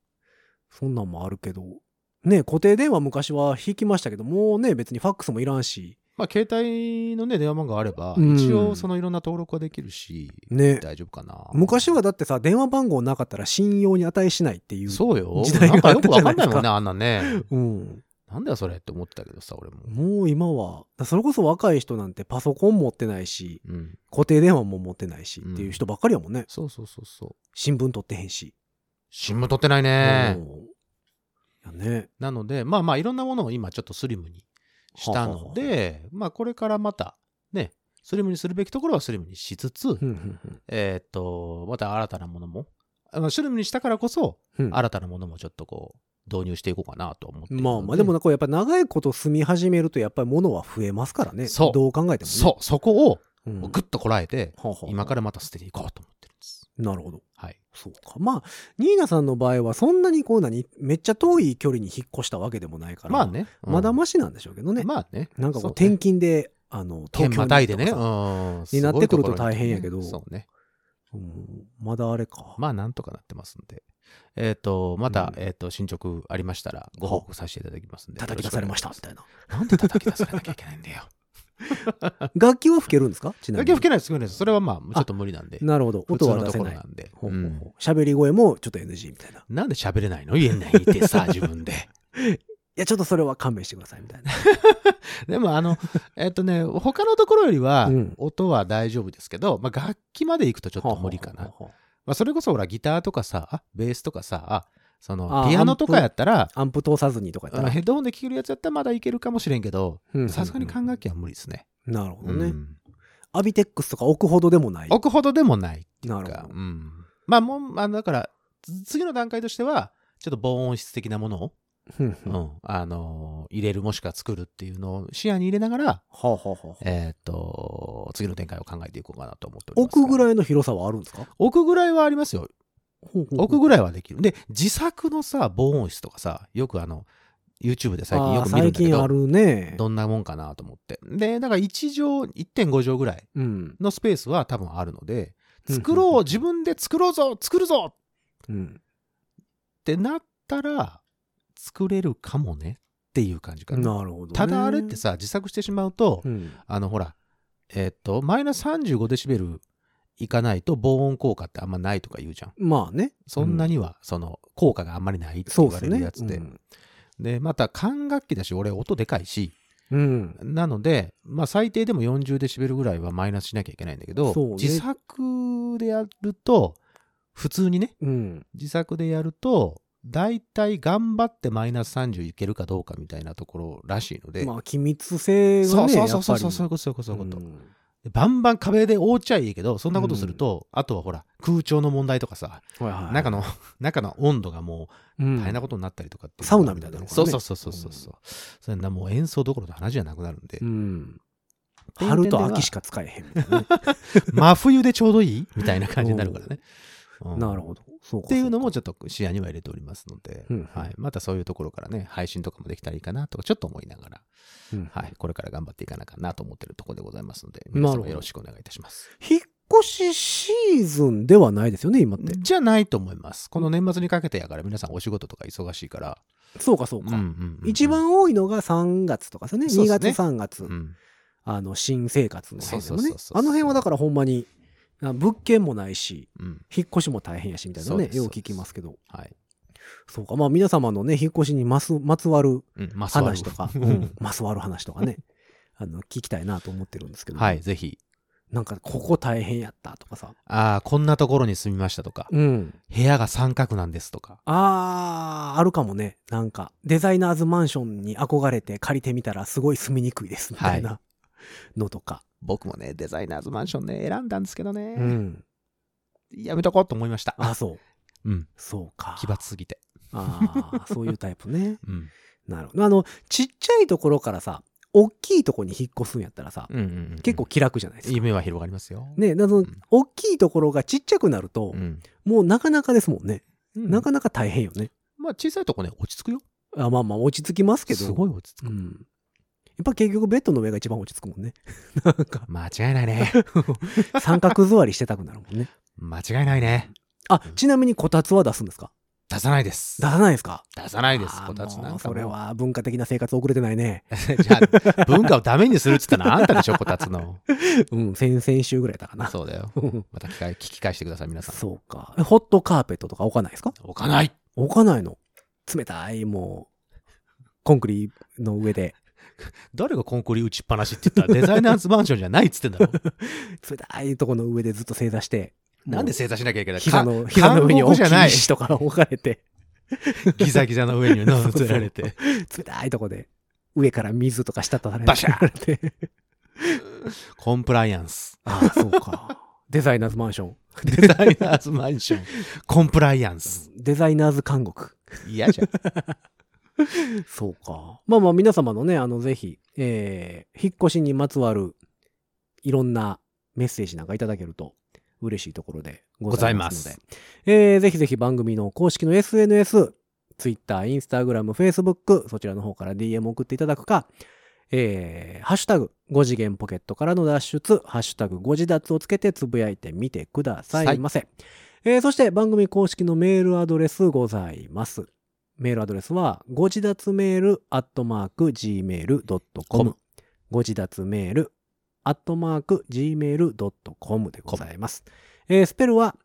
Speaker 2: そんなんもあるけど。ね固定電話昔は引きましたけど、もうね、別にファックスもいらんし。
Speaker 3: まあ携帯のね電話番号あれば、
Speaker 2: うん
Speaker 3: 一応そのいろんな登録ができるし、
Speaker 2: ね
Speaker 3: 大丈夫かな
Speaker 2: 昔はだってさ、電話番号なかったら信用に値しないっていう。
Speaker 3: そうよ
Speaker 2: 時代が
Speaker 3: なんかよくわ
Speaker 2: あ
Speaker 3: か
Speaker 2: っ
Speaker 3: ん
Speaker 2: たじ
Speaker 3: な
Speaker 2: ゃないです
Speaker 3: いも
Speaker 2: か
Speaker 3: んねあんなね
Speaker 2: うん。
Speaker 3: なんだよそれって思ってたけどさ俺も、
Speaker 2: もう今は、それこそ若い人なんてパソコン持ってないし、
Speaker 3: うん、
Speaker 2: 固定電話も持ってないしっていう人ばっかりやもんね。
Speaker 3: そうそうそうそう
Speaker 2: 新聞取ってへんし。
Speaker 3: 新聞取ってないね、
Speaker 2: うんやね。
Speaker 3: なので、まあまあいろんなものを今ちょっとスリムにしたので、
Speaker 2: は
Speaker 3: まあこれからまたね、スリムにするべきところはスリムにしつつ、
Speaker 2: うんうんうん
Speaker 3: えーっと、また新たなものも、あまあスリムにしたからこそ、
Speaker 2: うん
Speaker 3: 新たなものもちょっとこう、導入していこうかなと思ってるの
Speaker 2: まあまあ、でもなんかやっぱ長いこと住み始めるとやっぱり物は増えますからね。
Speaker 3: そう
Speaker 2: どう考えてもね。
Speaker 3: そう、そこを
Speaker 2: う。
Speaker 3: もうんぐっとこらえて、
Speaker 2: はあはあ
Speaker 3: 今からまた捨てていこうと思ってるんです。
Speaker 2: なるほど。
Speaker 3: はい。
Speaker 2: そうか。まあ、ニーナさんの場合はそんなにこう何、めっちゃ遠い距離に引っ越したわけでもないから。
Speaker 3: まあ。ね。うん
Speaker 2: まだましなんでしょうけどね。
Speaker 3: まあね。
Speaker 2: なんかこう
Speaker 3: そね
Speaker 2: 転勤で、あの、
Speaker 3: 県またいでね。
Speaker 2: に
Speaker 3: う
Speaker 2: 行くとかさ
Speaker 3: ん。
Speaker 2: になってくると
Speaker 3: すごい
Speaker 2: 大
Speaker 3: ろに
Speaker 2: 変やけど、
Speaker 3: そうね。
Speaker 2: うんまだあれか。
Speaker 3: まあなんとかなってますんで。えっ、と、また、
Speaker 2: うん
Speaker 3: えっ、と、進捗ありましたらご報告させていただきますんで。
Speaker 2: 叩き出されました、み
Speaker 3: よ
Speaker 2: たいな。
Speaker 3: ろしくお願いします。なんで叩き出されなきゃいけないんだよ。
Speaker 2: 楽器は吹けるんですかちなみ
Speaker 3: だ
Speaker 2: に。
Speaker 3: け吹けないです、吹けないです。それはまあ、ちょっと無理なんで。
Speaker 2: なるほど。音は
Speaker 3: 普
Speaker 2: 出
Speaker 3: 通
Speaker 2: せ
Speaker 3: の
Speaker 2: な
Speaker 3: ところ
Speaker 2: い
Speaker 3: な。んで。
Speaker 2: ほう
Speaker 3: う
Speaker 2: ほうんほう喋り声もちょっと NG みたいな。い
Speaker 3: なんで喋れないの言えないって
Speaker 2: [laughs]
Speaker 3: さ、自分で。
Speaker 2: や、ちょっとそれは勘弁してください、みたいな。
Speaker 3: でも、あの、えっとね、他のところよりは
Speaker 2: うん、
Speaker 3: 音は大丈夫ですけど、まあ、楽器まで行くとちょっと無理かな。
Speaker 2: はあはあはあは
Speaker 3: まあ、それこそ、ほら、ギターとかさ、あベースとかさ、あその
Speaker 2: あ、
Speaker 3: ピアノとかやったら、
Speaker 2: あ。アンプ通さずにとかやっ
Speaker 3: あ
Speaker 2: た
Speaker 3: の
Speaker 2: ら
Speaker 3: ヘッドホンで聴けるやつやったらまだいけるかもしれんけど、
Speaker 2: うんうんうん
Speaker 3: さすがに管楽器は無理ですね。
Speaker 2: なるほど
Speaker 3: う
Speaker 2: ね。
Speaker 3: ん
Speaker 2: アビテックスとか置くほどでもない。
Speaker 3: 置くほどでもない
Speaker 2: なる
Speaker 3: か
Speaker 2: ほ。ど
Speaker 3: う。んまあ、もう、あのだから、つ次の段階としては、ちょっと防音室的なものを、
Speaker 2: ふんふ
Speaker 3: うんん
Speaker 2: は
Speaker 3: あのー入れるもしくは作るっていうのを視野に入れながら、
Speaker 2: あはあはあはあ
Speaker 3: えーっと、次の展開を考えていこうかなと思っております。
Speaker 2: 置くぐ
Speaker 3: い
Speaker 2: らいの広さはあるんですか
Speaker 3: 置くぐらいはありますよ。置く
Speaker 2: らい
Speaker 3: ぐらいはできる。で、自作のさ、防音室とかさ、よくあの、YouTube で最近よく見るんだけ
Speaker 2: 最近あ
Speaker 3: ど、
Speaker 2: るね。
Speaker 3: どんなもんかなと思って。で、だから1畳、1.5畳ぐらい
Speaker 2: うん。
Speaker 3: のスペースは多分あるので、
Speaker 2: うん
Speaker 3: 作ろう、自分で作ろうぞ、作るぞ
Speaker 2: うん。
Speaker 3: ってなったら、作れるかもねっていう感じかな。
Speaker 2: なるほどね。
Speaker 3: ただあれってさ、自作してしまうと、
Speaker 2: うん。
Speaker 3: あのほら、えっ、と、マイナス35デシベルいかないと防音効果ってあんまないとか言うじゃん。
Speaker 2: まあね。
Speaker 3: そんなには、その、効果があんまりないって
Speaker 2: そ
Speaker 3: 言
Speaker 2: うで
Speaker 3: わ
Speaker 2: す
Speaker 3: れる
Speaker 2: ね。
Speaker 3: やつで。
Speaker 2: うん
Speaker 3: で、また管楽器だし、俺音でかいし、
Speaker 2: うん。
Speaker 3: なので、まあ、最低でも40デシベルぐらいはマイナスしなきゃいけないんだけど、
Speaker 2: そうね
Speaker 3: 自作でやると、普通にね、
Speaker 2: うん。
Speaker 3: 自作でやると、大体頑張ってマイナス30いけるかどうかみたいなところらしいので、
Speaker 2: まあ、機密性
Speaker 3: そ
Speaker 2: が
Speaker 3: う
Speaker 2: ね、
Speaker 3: そうそうそ
Speaker 2: や
Speaker 3: う
Speaker 2: っぱ
Speaker 3: そう
Speaker 2: り
Speaker 3: そういうことそういうことそういうこと、
Speaker 2: うん
Speaker 3: でバンバン壁で覆っちゃいいけどそんなことすると、あとはほら空調の問題とかさ、
Speaker 2: はいはい
Speaker 3: 中の中の温度がも
Speaker 2: う
Speaker 3: うん大変なことになったりとかっていう
Speaker 2: サウナみたいなの
Speaker 3: の
Speaker 2: が
Speaker 3: が
Speaker 2: ね
Speaker 3: そうそうそうそうそうそう、それなもう演奏どころの話じゃなくなるんで、
Speaker 2: うん。
Speaker 3: ていう点
Speaker 2: 春
Speaker 3: では
Speaker 2: と秋しか使えへんみたいなね。
Speaker 3: [laughs] 真冬でちょうどいいみたいな感じになるからね、うん
Speaker 2: なるほど。そうか。
Speaker 3: っていうのも
Speaker 2: そ
Speaker 3: ちょっと視野には入れておりますので、
Speaker 2: うん
Speaker 3: はい、またそういうところからね配信とかもできたらいいかなとかちょっと思いながら、
Speaker 2: うか、
Speaker 3: はい、これから頑張っていかなかなと思ってるところでございますので
Speaker 2: なる
Speaker 3: 皆
Speaker 2: ほど
Speaker 3: 様よろしくお願いいたします
Speaker 2: 引っ越しシーズンではないですよね、今って。
Speaker 3: じゃないと思います。この年末にかけてやから皆さんお仕事とか忙しいから。
Speaker 2: そうか、そうか。
Speaker 3: ん
Speaker 2: 一、番多いのが3月とかですよね。
Speaker 3: そ
Speaker 2: 2
Speaker 3: うです
Speaker 2: 月、
Speaker 3: ね
Speaker 2: 3月
Speaker 3: う。ん
Speaker 2: あの、新生活の辺ですよ
Speaker 3: そう
Speaker 2: ね
Speaker 3: そうそう。そう
Speaker 2: あの辺はだからほんまに、あ物件もないし、
Speaker 3: うん、
Speaker 2: 引っ越しも大変やし、みたいな
Speaker 3: そう
Speaker 2: ね
Speaker 3: で、す
Speaker 2: よう聞きますけど。
Speaker 3: はい。
Speaker 2: そうか。まあ皆様のね、引っ越しにますまつわる
Speaker 3: うん、まあ
Speaker 2: 話とか、
Speaker 3: そうういう
Speaker 2: んまつわる話とかね、あの、聞きたいなと思ってるんですけど。
Speaker 3: はい、ぜひ。
Speaker 2: なんか、ここ大変やったとかさ。
Speaker 3: ああ、こんなところに住みましたとか、
Speaker 2: うん。
Speaker 3: 部屋が三角なんですとか。
Speaker 2: あー、あるかもね。なんか、デザイナーズマンションに憧れて借りてみたらすごい住みにくいです、みたいなのとか。
Speaker 3: 僕もね、デザイナーズマンションね、選んだんですけどね、
Speaker 2: うん。
Speaker 3: やめとこうと思いました。
Speaker 2: あ、そう。
Speaker 3: うん、
Speaker 2: そうか。
Speaker 3: 奇抜すぎて。
Speaker 2: ああ、そういうタイプね。 [laughs]
Speaker 3: うん。
Speaker 2: なるほど。あの、ちっちゃいところからさ、大きいところに引っ越すんやったらさ、
Speaker 3: うんうんうん
Speaker 2: 結構、気楽じゃないですか。
Speaker 3: 夢は広がりますよ。
Speaker 2: ね、だからその、大きいところがちっちゃくなると
Speaker 3: う、ん。
Speaker 2: もうなかなかですもんね。
Speaker 3: うん
Speaker 2: なかなか大変よね。
Speaker 3: まあ、小さいとこね、落ち着くよ。
Speaker 2: あまあまあ、落ち着きますけど。
Speaker 3: すごい落ち着
Speaker 2: う
Speaker 3: く。
Speaker 2: ん。やっぱ結局ベッドの上が一番落ち着くもんね。 [laughs] なんか、
Speaker 3: 間違いない [laughs] ね。
Speaker 2: 三角座りしてたくなるもんね。
Speaker 3: 間違いないね。
Speaker 2: あ、ちなみにこたつは出すんですか
Speaker 3: 出さないです。
Speaker 2: 出さないですか
Speaker 3: 出さないです。
Speaker 2: あー
Speaker 3: こたつなんか
Speaker 2: も
Speaker 3: も
Speaker 2: うそれ。は文化的な生活遅れてないね。
Speaker 3: [laughs] じゃあ、文化をダメにするっつったのはあんたでしょ、こたつ [laughs] の。
Speaker 2: うん、先々週ぐらいだったかな。
Speaker 3: そうだよ。また聞か聞き返してください、皆さん。
Speaker 2: [laughs] そうか。えホットカーペットとか置かないですか
Speaker 3: 置かない
Speaker 2: 置かないの。冷たい、もう、コンクリの上で、
Speaker 3: 誰がコンクリ打ちっぱなしって言ったら、デザイナーズマンションじゃないっつってんだろ。
Speaker 2: 冷たいとこの上でずっと正座して、
Speaker 3: なん
Speaker 2: も
Speaker 3: で
Speaker 2: う
Speaker 3: 正座しなきゃいけない
Speaker 2: 膝
Speaker 3: か
Speaker 2: の、膝の上に
Speaker 3: 監
Speaker 2: 大
Speaker 3: 獄
Speaker 2: き
Speaker 3: じゃない
Speaker 2: い石とか置かれて、
Speaker 3: ギザギザの上に乗せられ
Speaker 2: そ
Speaker 3: [laughs]
Speaker 2: う
Speaker 3: て。
Speaker 2: 冷たいとこで、上から水とか滴られて。
Speaker 3: バシャ
Speaker 2: て。
Speaker 3: コンプライアンス。
Speaker 2: [laughs] ああ、そうか。デザイナーズマンション。
Speaker 3: デザイナーズマン [laughs] ション。コンプライアンス。
Speaker 2: デザイナーズ監獄。
Speaker 3: 嫌じゃん。
Speaker 2: そうか。まあまあ皆様のね、あの、ぜひ、えー、引っ越しにまつわる、いろんなメッセージなんかいただけると、嬉しいところでございますので。
Speaker 3: ご
Speaker 2: えー、ぜひぜひ番組の公式の SNS、Twitter、Instagram、Facebook、そちらの方から DM 送っていただくか、えー、ハッシュタグ、5次元ポケットからの脱出、ハッシュタグ、5次脱をつけてつぶやいてみてくださいませ。えーそして番組公式のメールアドレスございます。メールアドレスは、ご自立メール、アットマーク、gmail.com。ご自立メール、アットマーク、gmail.com でございます。えースペルは、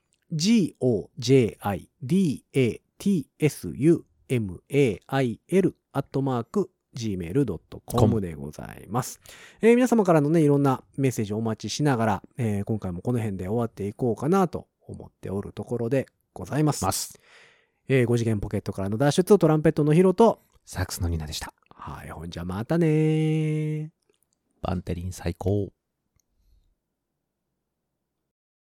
Speaker 2: g-o-j-i-d-a-t-s-u-m-a-i-l、アットマーク、gmail.com でございます。えー皆様からのね、いろんなメッセージをお待ちしながら、えー今回もこの辺で終わっていこうかなと思っておるところでございます。
Speaker 3: ます。
Speaker 2: えー、5次元ポケットからの脱出、トランペットのヒロと、
Speaker 3: サックスのニナでした。
Speaker 2: はい、ほんじゃまたねー。
Speaker 3: バンテリン最高。